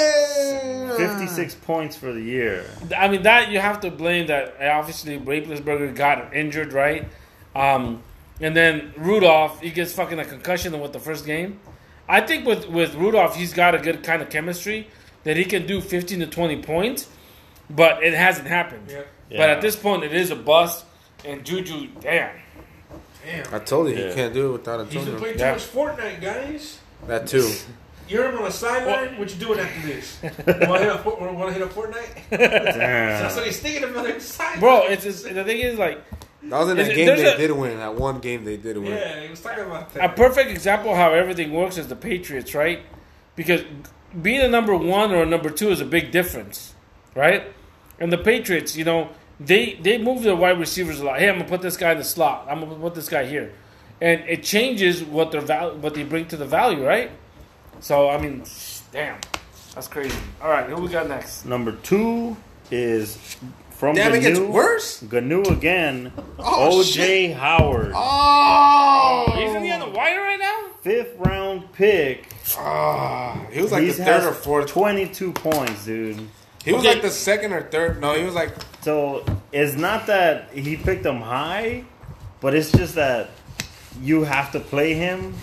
B: Damn.
C: 56 points for the year.
A: I mean, that you have to blame that uh, obviously Raplesberger got injured, right? Um, and then Rudolph, he gets fucking a concussion in what the first game. I think with, with Rudolph, he's got a good kind of chemistry that he can do 15 to 20 points, but it hasn't happened.
D: Yep.
A: But
C: Yeah.
A: at this point, it is a bust, and Juju, damn.
D: Damn.
B: I told you
C: Yeah.
B: he can't do it without
D: He's been
B: Antonio.
D: playing too
A: Yeah.
D: much Fortnite, guys.
B: That too.
D: You're on the sideline. What you doing after this? Want to hit a Fortnite? That's
C: Damn.
D: what he's thinking about on the sideline.
A: Bro, it's, it's the thing is, like,
B: That was in
A: Is
B: that
A: it-
B: game
A: there's
B: they
A: a-
B: did win. That one game they did win.
D: Yeah, he was talking about
A: a
D: that.
A: perfect example of how everything works is the Patriots, right? Because being a number one or a number two is a big difference, right? And the Patriots, you know, they they move their wide receivers a lot. Hey, I'm gonna put this guy in the slot. I'm gonna put this guy here, and it changes what their val- what they bring to the value, right? So I mean, damn, that's crazy. All right, who we got next?
C: Number two is from
B: Damn,
C: the
B: it gets
C: new-
B: worse.
C: Gnu again.
B: Oh,
C: OJ Howard.
B: Oh,
A: Isn't he on the wire right now?
C: Fifth round pick.
B: he was like
C: He's
B: the
C: had
B: third or fourth.
C: 22 points, dude.
B: He was
A: Okay.
B: like the second or third. No, he was like
C: So it's not that he picked him high, but it's just that you have to play him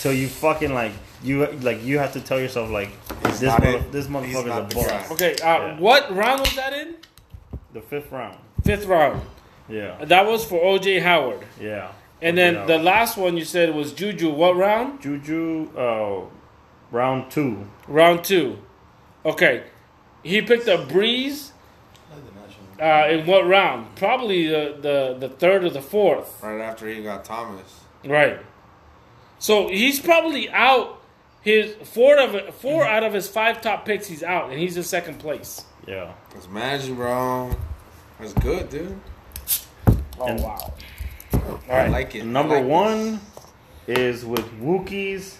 C: till you fucking like you like you have to tell yourself like
B: He's
C: this
B: not
C: mother,
B: it.
C: this
B: He's not
C: motherfucker's a
B: the
C: boss.
B: guy.
A: Okay, uh,
C: Yeah.
A: what round was that in?
C: The fifth round.
A: Fifth round.
C: Yeah,
A: That was for OJ Howard.
C: yeah.
A: And then
C: Yeah.
A: the last one you said was Juju. What round?
C: Juju, uh, round two.
A: Round two. Okay. He picked up Breeze. Uh, in what round? Probably the, the, the third or the fourth.
B: right after he got Thomas.
A: Right. So he's probably out. His four of 4 out of his five top picks, he's out, and he's in second place.
C: Yeah.
B: That's magic, bro. That's good, dude.
A: Oh
C: And-
A: wow!
B: I like it. I
C: Number
B: like
C: one is with Wookiees,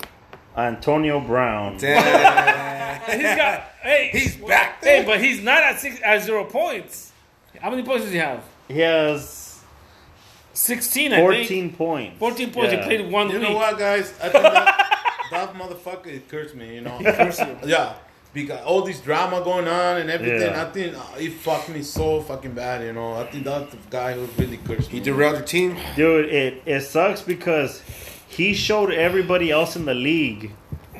C: Antonio Brown.
A: He's got hey,
G: He's back.
A: hey, but he's not at six at zero points. How many points does he have?
C: He has
A: Sixteen, I think.
C: 14 points.
A: 14 points.
C: Yeah.
A: He played one
F: You
A: week.
F: know what, guys? I think that, that motherfucker it cursed me. You know, yeah, because all this drama going on and everything.
C: Yeah.
F: I think uh, it fucked me so fucking bad. You know, I think that's the guy who really cursed me.
B: He derailed the team.
C: Dude, it, it sucks because he showed everybody else in the league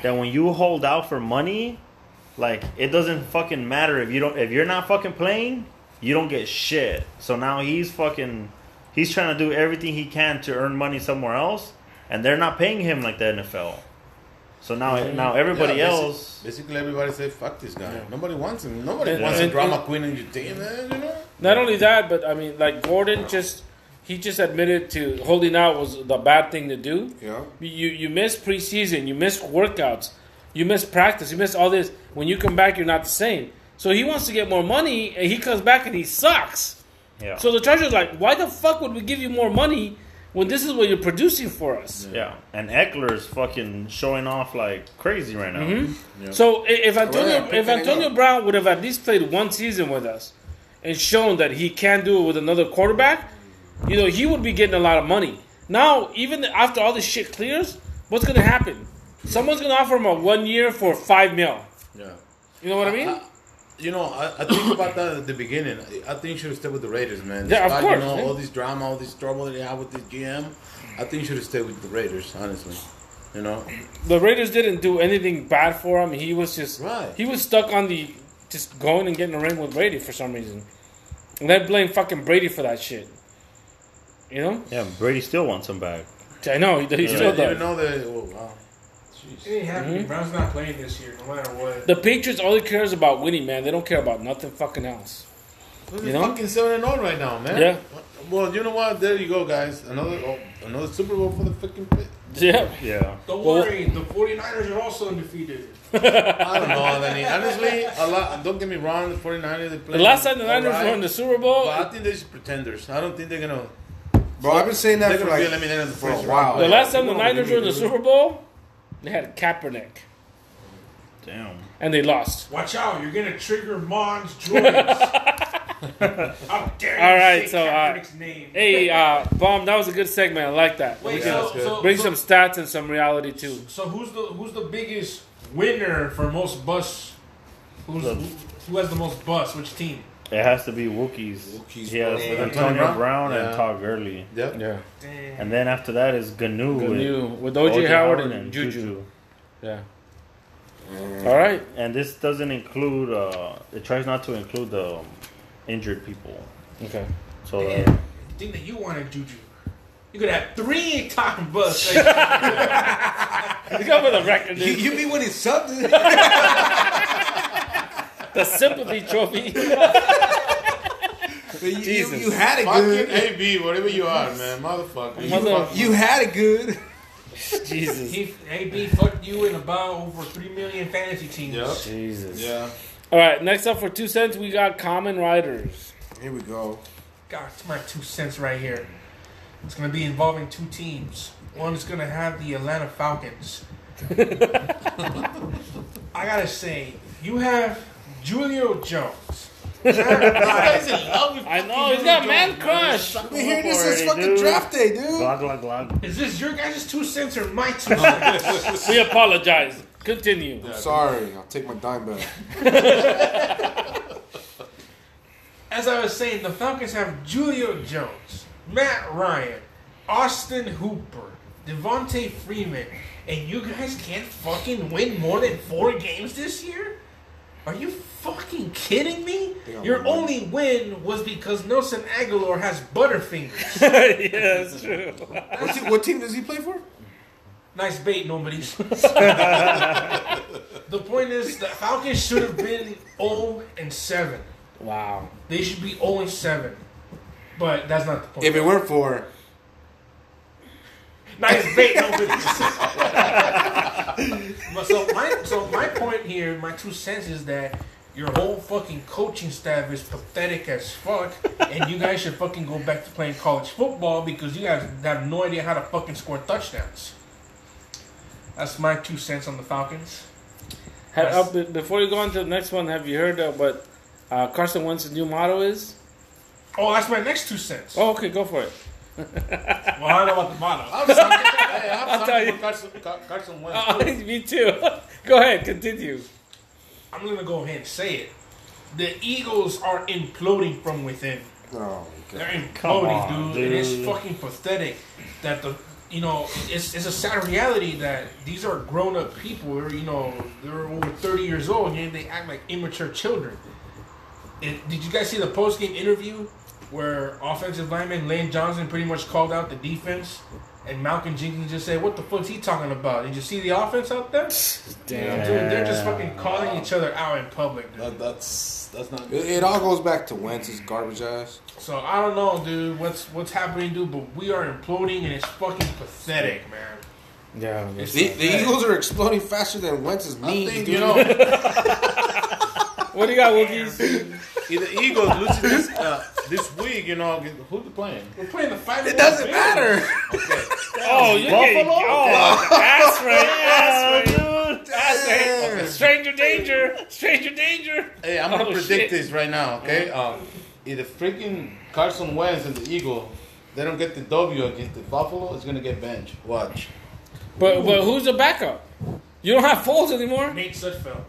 C: that when you hold out for money, like it doesn't fucking matter if you don't if you're not fucking playing, you don't get shit. So now he's fucking he's trying to do everything he can to earn money somewhere else and they're not paying him like the NFL. So now now
F: Yeah,
C: everybody
F: basi-
C: else
F: Basically, everybody said, "Fuck this guy. Nobody wants him. Nobody
A: And-
F: wants
A: and-
F: a drama queen in your team, man. You know."
A: Not only that, but I mean, like Gordon just he just admitted to holding out was the bad thing to do.
B: Yeah.
A: You you miss preseason, you miss workouts, you miss practice, you miss all this. When you come back, you're not the same. So he wants to get more money, and he comes back and he sucks.
C: Yeah.
A: So the Chargers are like, why the fuck would we give you more money when this is what you're producing for us?
C: yeah. And Eckler's fucking showing off like crazy right now.
A: So i- if Antonio
B: Right,
A: if
B: picking it
A: Antonio
B: up.
A: Brown would have at least played one season with us and shown that he can do it with another quarterback, you know, he would be getting a lot of money. Now, even after all this shit clears, what's gonna happen? Someone's gonna offer him a one year for five mil.
F: Yeah.
A: You know what I mean?
F: I- You know, I, I think about that at the beginning. I, I think you should have stayed with the Raiders, man.
A: Yeah, of
F: Despite,
A: course,
F: You know,
A: yeah.
F: all this drama, all this trouble that they have with this GM. I think you should have stayed with the Raiders, honestly. You know,
A: the Raiders didn't do anything bad for him. He was just
F: Right.
A: he was stuck on the just going and getting a ring with Brady for some reason. And I blame fucking Brady for that shit. You know?
C: Yeah, Brady still wants him back.
A: I know he, he still
F: even
A: does.
F: though they, oh, wow.
D: It ain't happening.
A: Mm-hmm.
D: Brown's not playing this year, no matter what.
A: The Patriots only cares about winning, man. They don't care about nothing fucking else.
F: They're
A: You know?
F: fucking seven and zero right now, man.
A: Yeah.
F: Well, you know what? There you go, guys. Another, oh, another Super Bowl for the fucking. Pit.
A: Yeah.
C: Yeah.
D: Don't
A: Well-
D: worry, the 49ers are also undefeated.
F: I don't know, Anthony. Honestly, a lot. Don't get me wrong. The 49ers they play.
A: The last time the Niners
F: alright,
A: were in the Super Bowl,
F: But I think they're just pretenders. I don't think they're gonna.
B: Bro, I've been saying
F: They're
B: that for
F: gonna be
B: like
F: eliminated in the
B: for a
F: first
B: while.
F: round.
A: the last time the
B: You know,
A: Niners were in the Super Bowl, they had Kaepernick
C: Damn.
A: and they lost.
D: Watch out, you're gonna trigger Mon's droids. How dare you
A: All right,
D: say
A: so, uh,
D: Kaepernick's name?
A: Hey, uh, Bomb, that was a good segment. I like that.
D: Wait,
F: Yeah,
D: so,
F: that's good.
D: so,
A: Bring
D: so,
A: some stats and some reality too.
D: so who's the who's the biggest winner for most busts? Who's
C: The-
D: who, who has the most busts? Which team?
C: It has to be Wookiees.
B: Wookiees,
C: he has
B: bro.
C: with
F: Yeah.
C: Antonio
F: Brown?
C: Brown, and
F: Yeah.
C: Todd Gurley.
F: Yeah.
B: Yeah.
D: Damn.
C: And then after that is Gnu. with
A: New with OJ,
C: O.J.
A: Howard, and Juju. Yeah.
F: Mm.
A: All right.
C: And this doesn't include, uh, it tries not to include the um, injured people.
A: Okay.
C: So,
D: Damn.
C: uh,
D: The thing that you wanted, Juju. You could have three time busts.
A: Let's go for the record.
G: You,
A: dude.
G: you be winning something.
A: The sympathy trophy.
G: But you, you,
F: Jesus.
G: you had it
F: Fucking
G: good.
F: AB, whatever you are, man, motherfucker. You
A: Mother-
F: fucking-
G: You had it good.
A: Jesus.
D: he, AB fucked you in about over three million fantasy teams.
F: Yep.
A: Jesus.
F: Yeah.
A: All right. Next up for two cents, we got Common Riders.
B: Here we go.
D: God, it's my two cents right here. It's going to be involving two teams. One is going to have the Atlanta Falcons. I got to say, you have Julio Jones.
F: Guys in love with
A: I know he's got man crush.
G: We hear this
C: already,
G: is fucking
C: dude.
G: draft day, dude.
C: glog, glog, glog.
D: Is this your guys' two cents or my two cents?
A: We apologize. Continue.
B: Sorry, I'll take my dime back.
D: As I was saying, the Falcons have Julio Jones, Matt Ryan, Austin Hooper, Devontae Freeman, and you guys can't fucking win more than four games this year? Are you fucking kidding me?
B: They
D: Your
B: got one.
D: only win was because Nelson Aguilar has butterfingers.
A: yeah, that's true.
B: What, te- what team does he play for?
D: Nice bait, nobody's. the point is, the Falcons should have been 0 and 7.
A: Wow.
D: They should be 0 and 7. But that's not the point.
B: If it weren't for
D: Nice bait, no business. so my so my point here, my two cents is that your whole fucking coaching staff is pathetic as fuck, and you guys should fucking go back to playing college football because you guys have no idea how to fucking score touchdowns. That's my two cents on the Falcons.
A: Have, uh, be- before you go on to the next one, have you heard uh, what uh, Carson Wentz's new motto is?
D: Oh, that's my next two cents.
A: Oh, okay, go for it.
D: Well, I don't know about the motto.
F: I'm sorry. Hey, I'm
A: I'll
F: sorry
A: tell you. Uh-uh.
F: for Carson, Car- Carson Wentz.
A: Uh, Me too. go ahead, continue.
D: I'm going to go ahead and say it. The Eagles are imploding from within.
B: Oh, my
D: They're
B: God.
D: imploding,
C: uh, on,
D: dude. And it's
C: dude.
D: fucking pathetic that the you know it's it's a sad reality that these are grown up people. They're, you know they're over thirty years old and yet they act like immature children. It, did you guys see the post game interview where offensive lineman Lane Johnson pretty much called out the defense? And Malcolm Jenkins just said, "What the fuck's he talking about? Did you see the offense out there?
A: Damn.
D: Dude, they're just fucking calling each other out in public, dude.
F: That, that's that's not
B: It,
F: good.
B: it all goes back to Wentz's garbage ass.
D: So I don't know, dude. What's what's happening, dude? But we are imploding, and it's fucking pathetic, man.
A: Yeah.
D: It's
B: The, the
D: pathetic.
B: Eagles are exploding faster than Wentz's
F: I
B: knees.
F: think
B: dude.
F: you know
A: What do you got, Wookiees?
F: either Eagles losing this uh, this week. You know who's playing?
D: We're playing the five.
B: It doesn't matter.
A: oh, you're getting
C: Buffalo?
A: oh, ass right, ass right,
C: Oh, dude.
A: ass right. Stranger danger, stranger danger.
F: Hey, I'm gonna
A: Oh,
F: predict
A: shit.
F: this right now. Okay, um, either freaking Carson Wentz and the Eagle, they don't get the W against the Buffalo. It's gonna get benched. Watch.
A: But but who's the backup? You don't have Foles anymore.
D: Nate Sudfeld.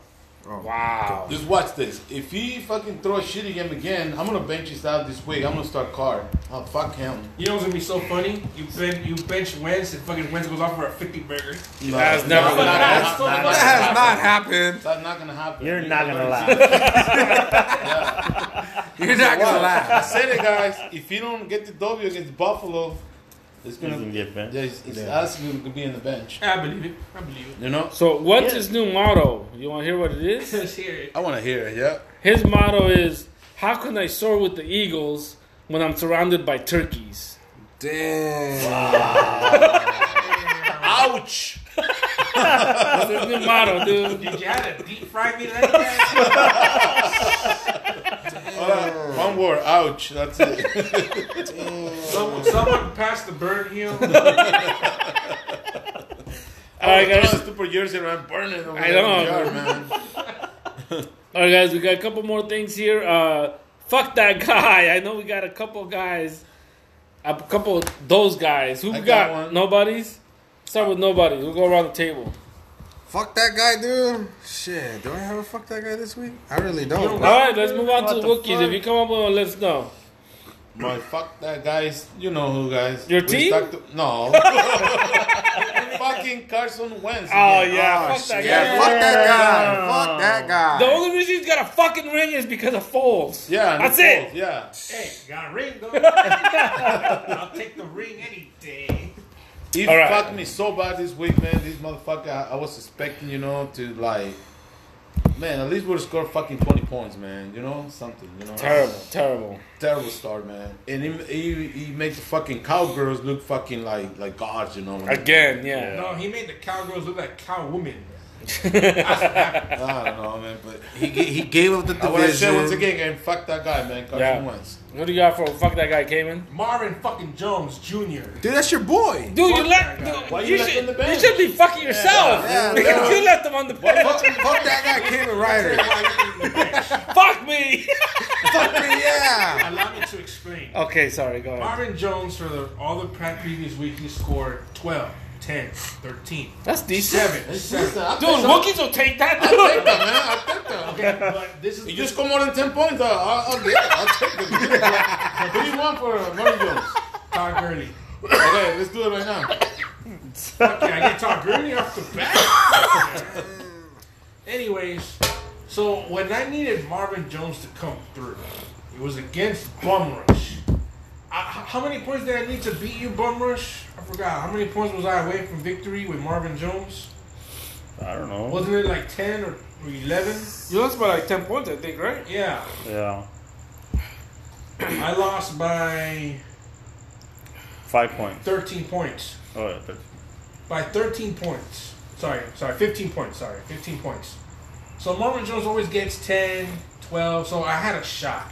A: Wow.
F: Just watch this. If he fucking throw a shitty game again, I'm gonna bench his out this week. I'm gonna start Carr. Oh, fuck him.
D: You know what's gonna be so funny? You bench you bench Wentz, and fucking Wentz goes off for a fifty burger.
F: No,
A: That's
F: no,
A: never
F: no,
A: gonna
F: no,
A: happen.
F: no, no, no,
B: That
F: no,
B: has not happened.
F: That's not gonna happen.
C: You're not gonna
F: laugh.
C: lie.
B: You're not gonna
F: I
B: laugh.
F: said it, guys. If you don't get the W against Buffalo, it's
C: He's
F: gonna
C: gonna get benched.
F: yeah, it's, it's us gonna be in the bench.
D: I believe it. I believe
F: You know?
A: So what's
C: Yeah.
A: his new motto? You want to hear what it
D: it.
A: is?
D: Let's hear it.
F: I want to hear it. Yeah.
A: His motto is, "How can I soar with the eagles when I'm surrounded by turkeys?"
B: Damn.
F: Ouch.
A: That's his new motto, dude.
D: Did you have to deep fry me like that?
F: One word. Ouch. That's it.
D: someone, someone passed the burn heel.
A: All right, guys.
F: Super jersey around burning. Over
A: I
F: there in the
A: know.
F: yard, man.
A: All right, guys, we got a couple more things here. Uh, fuck that guy. I know we got a couple guys, a couple of those guys. Who we
F: I
A: got?
F: got one.
A: Nobody's. Start with nobody. We'll go around the table.
B: Fuck that guy, dude. Shit, do I have a fuck that guy this week? I really
A: All
B: don't.
A: right, let's move on
C: What
A: to the
C: the
A: Wookiees.
C: fuck?
A: If you come up with one, let us know.
F: My fuck that guys. You know who guys?
A: Your
F: We
A: team?
F: stuck to- no. Fucking Carson Wentz.
A: Oh
F: again.
A: yeah,
B: Oh,
A: fuck that
B: shit. Yeah,
A: guy.
B: fuck that guy. Fuck that guy.
A: The only reason he's got a fucking ring is because of Foles.
F: Yeah. and
A: that's
F: the
A: it.
F: Colts, Yeah.
D: hey, got a ring though. I'll take the ring any day.
F: He
A: All right.
F: fucked me so bad this week, man. This motherfucker, I, I was expecting, you know, to like, man, at least we'll score fucking twenty points, man. You know, something, you know.
A: Terrible, terrible.
F: Terrible start, man. And he, he he makes the fucking cowgirls look fucking like like gods, you know. Like,
A: Again, yeah.
D: No, he made the cowgirls look like cow women.
F: I don't know, man. But
B: He, ga- he gave up the
F: I want to say once
B: division.
F: again, and fuck that guy, man. Carson
A: Yeah.
F: Wentz.
A: What do you got for fuck that guy, Cayman?
D: Marvin fucking Jones Jr.
B: Dude, that's your boy.
A: Dude, you
D: Fuck
A: let
D: that guy.
A: dude,
F: Why
A: you,
F: you left
A: should,
F: him the
A: you
F: bench?
A: should be fucking yourself
B: Yeah,
A: because
B: yeah.
A: you left him on the bench.
B: Fuck, fuck that guy, Kevin Ryder.
A: Fuck me.
B: fuck me, yeah.
D: Allow me to explain.
A: Okay, sorry. Go ahead.
D: Marvin Jones, for the, all the pre- previous week, he scored 12, 10, 13,
A: That's decent.
D: 7,
F: It's
D: 7.
F: just, uh, I
A: Dude,
F: think so.
A: Wookiees will take that.
F: I take that, man. I take that.
D: Okay, but this is
F: You just score more than ten points, uh, I'll, I'll get it. I'll take it. What do you want for uh, Marvin Jones?
D: Todd Gurley.
F: Okay, let's do it right now.
D: Okay, I get Todd Gurley off the bat. Anyways, so when I needed Marvin Jones to come through, it was against Bum Rush. I, h- how many points did I need to beat you, Bum Rush? I forgot. How many points was I away from victory with Marvin Jones?
C: I don't know.
D: Wasn't it like 10 or 11?
A: You lost by like ten points, I think, right?
D: Yeah.
C: Yeah,
D: I lost by
C: five points.
D: 13 points.
C: Oh, yeah, but-
D: By 13 points. Sorry, sorry, 15 points. Sorry, 15 points. So Marvin Jones always gets 10, 12. So I had a shot.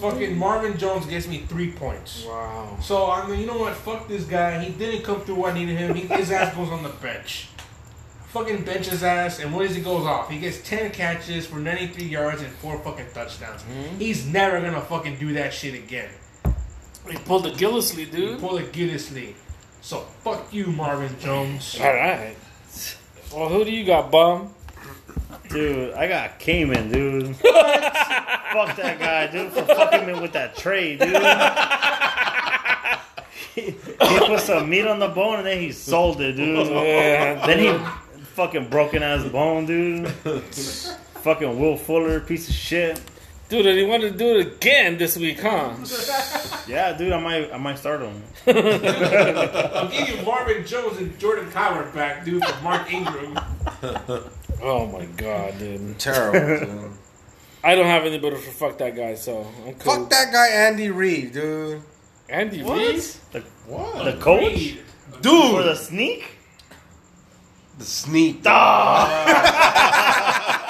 D: Fucking Marvin Jones gets me three points.
A: Wow.
D: So I mean, you know what? Fuck this guy. He didn't come through. when I needed him. He, his ass goes on the bench. fucking benches his ass, and when he goes off, he gets 10 catches for 93 yards and four fucking touchdowns. He's never gonna fucking do that shit again.
A: He pulled the Gillisley, dude.
D: Pull a Guinness Lee. So fuck you, Marvin Jones.
A: All right. Well, who do you got, bum?
C: Dude, I got Cayman, dude. Fuck that guy, dude, for fucking me with that trade, dude. He- he put some meat on the bone and then he sold it, dude.
A: Yeah.
C: Then he fucking broken ass bone, dude. fucking Will Fuller, piece of shit.
A: Dude, and he wanted to do it again this week, huh?
C: Yeah, dude, I might, I might start him.
D: I'm giving Marvin Jones and Jordan Howard back, dude, for Mark Ingram.
A: Oh my god, dude.
B: Terrible, dude.
A: I don't have anybody for fuck that guy, so I'm cool.
B: Fuck that guy, Andy Reid, dude.
A: Andy Reid?
F: What?
C: The coach
D: Reed.
C: for
B: Dude,
C: the sneak.
B: the sneak.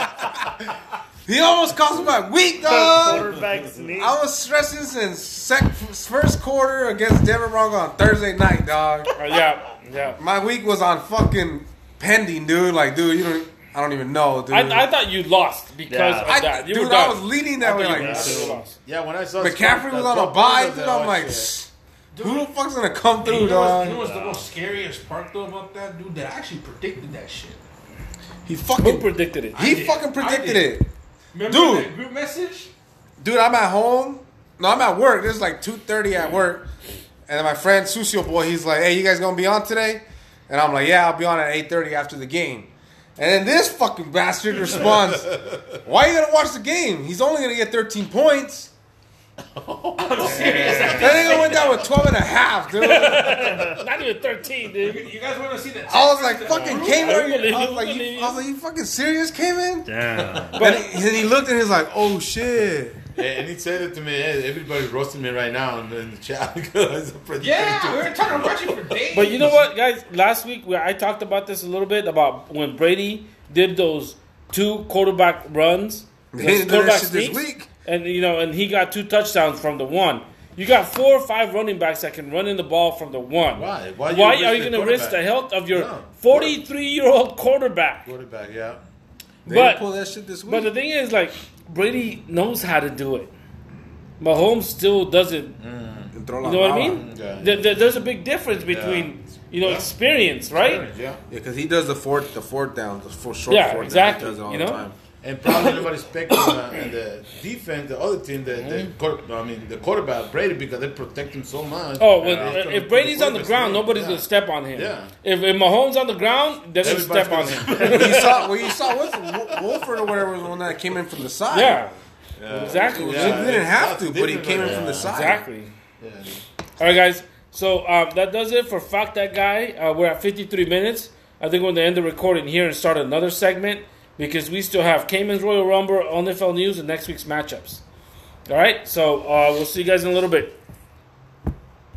B: He almost cost me my week, dog.
C: Quarterback sneak.
B: Uh, I was stressing since sec- first quarter against Denver Broncos on Thursday night, dog.
A: Uh, yeah, yeah.
B: My week was on fucking pending, dude. Like, dude, you don't. I don't even know, dude.
A: I, I thought you lost because
C: Yeah.
A: of
B: I-
A: that. You
B: dude,
A: were
B: I
A: done.
B: was leading
A: I
B: that
A: thought
B: way.
A: you
B: Like,
A: were done. You lost.
F: Yeah, when I saw
B: McCaffrey was on a bye, dude. I'm like, who the fuck's gonna come
D: You
B: through,
D: know what's- you
B: dog?
D: know what's the most scariest part though about that dude? That I actually predicted that shit.
B: He
A: Who
B: fucking,
A: predicted it?
B: he
D: did.
B: fucking
D: I
B: predicted
D: did.
B: it.
D: Remember
B: Dude.
D: that group message?
B: dude, I'm at home. No, I'm at work. This is like 2.30 at work. And then my friend Sucio boy, he's like, hey, you guys gonna be on today? And I'm like, yeah, I'll be on at 8.30 after the game. And then this fucking bastard responds, why you gonna watch the game? He's only gonna get 13 points. That nigga went down with 12 and a half, dude. I
A: Not even 13, dude.
D: You guys want to see that?
B: was like, fucking Cayman.
A: believe
B: I was
A: you,
B: like,
A: believe
B: you, I was like, you fucking serious, Cayman?
C: Damn.
B: But he, and he looked and he's like, oh shit.
F: and he said it to me. Hey, everybody's roasting me right now in, in the chat because I predicted
D: Yeah,
F: it.
D: we were talking about you for days.
A: But you know what, guys? Last week we, I talked about this a little bit about when Brady did those two quarterback runs.
B: He
A: those
B: didn't do that shit this
A: sneaks,
B: week.
A: And you know, and he got two touchdowns from the one. You got four or five running backs that can run in the ball from the one.
F: Why?
A: Why,
F: Why you risk
A: are
F: the
A: you going to risk
F: quarterback?
A: the health of your
F: No.
A: 43 year old quarterback?
F: Quarterback, yeah.
B: They didn't
A: But-
B: pull that shit this week.
A: But the thing is, like Brady knows how to do it. Mahomes still doesn't.
B: Throw
A: You
B: la
A: know what I
B: bala.
A: mean?
F: Yeah.
A: There, there- there's a big difference between you know
F: Yeah.
A: experience, right?
F: Yeah.
B: Yeah, because he does the fourth, the fourth down, the four short
A: Yeah,
B: fourth
A: exactly,
B: down. He does it all
A: you
B: the
A: know?
B: time.
F: And probably everybody's picking uh, and the defense, the other team, the, the quarter, I mean, the quarterback Brady because they protect him so much.
A: Oh, well,
F: Yeah.
A: if- if Brady's on the ground, nobody's
F: Yeah.
A: gonna step on him.
F: Yeah.
A: If, if Mahomes on the ground, they're gonna
F: Everybody's
A: step on
F: gonna-
A: him.
B: you saw, well, you saw Wilson, Wo- Wolford or whatever was the one that came in from the side.
A: yeah,
F: Yeah.
A: exactly,
B: he
F: Yeah.
B: didn't have to,
F: That's
B: but he
F: different,
B: came in
F: yeah.
B: from the side.
A: exactly.
F: Yeah.
A: All right, guys. So um, that does it for fuck that guy. Uh, we're at 53 minutes. I think we're gonna end the recording here and start another segment because we still have Cayman's Royal Rumble, NFL News, and next week's matchups. All right. So uh, we'll see you guys in a little bit.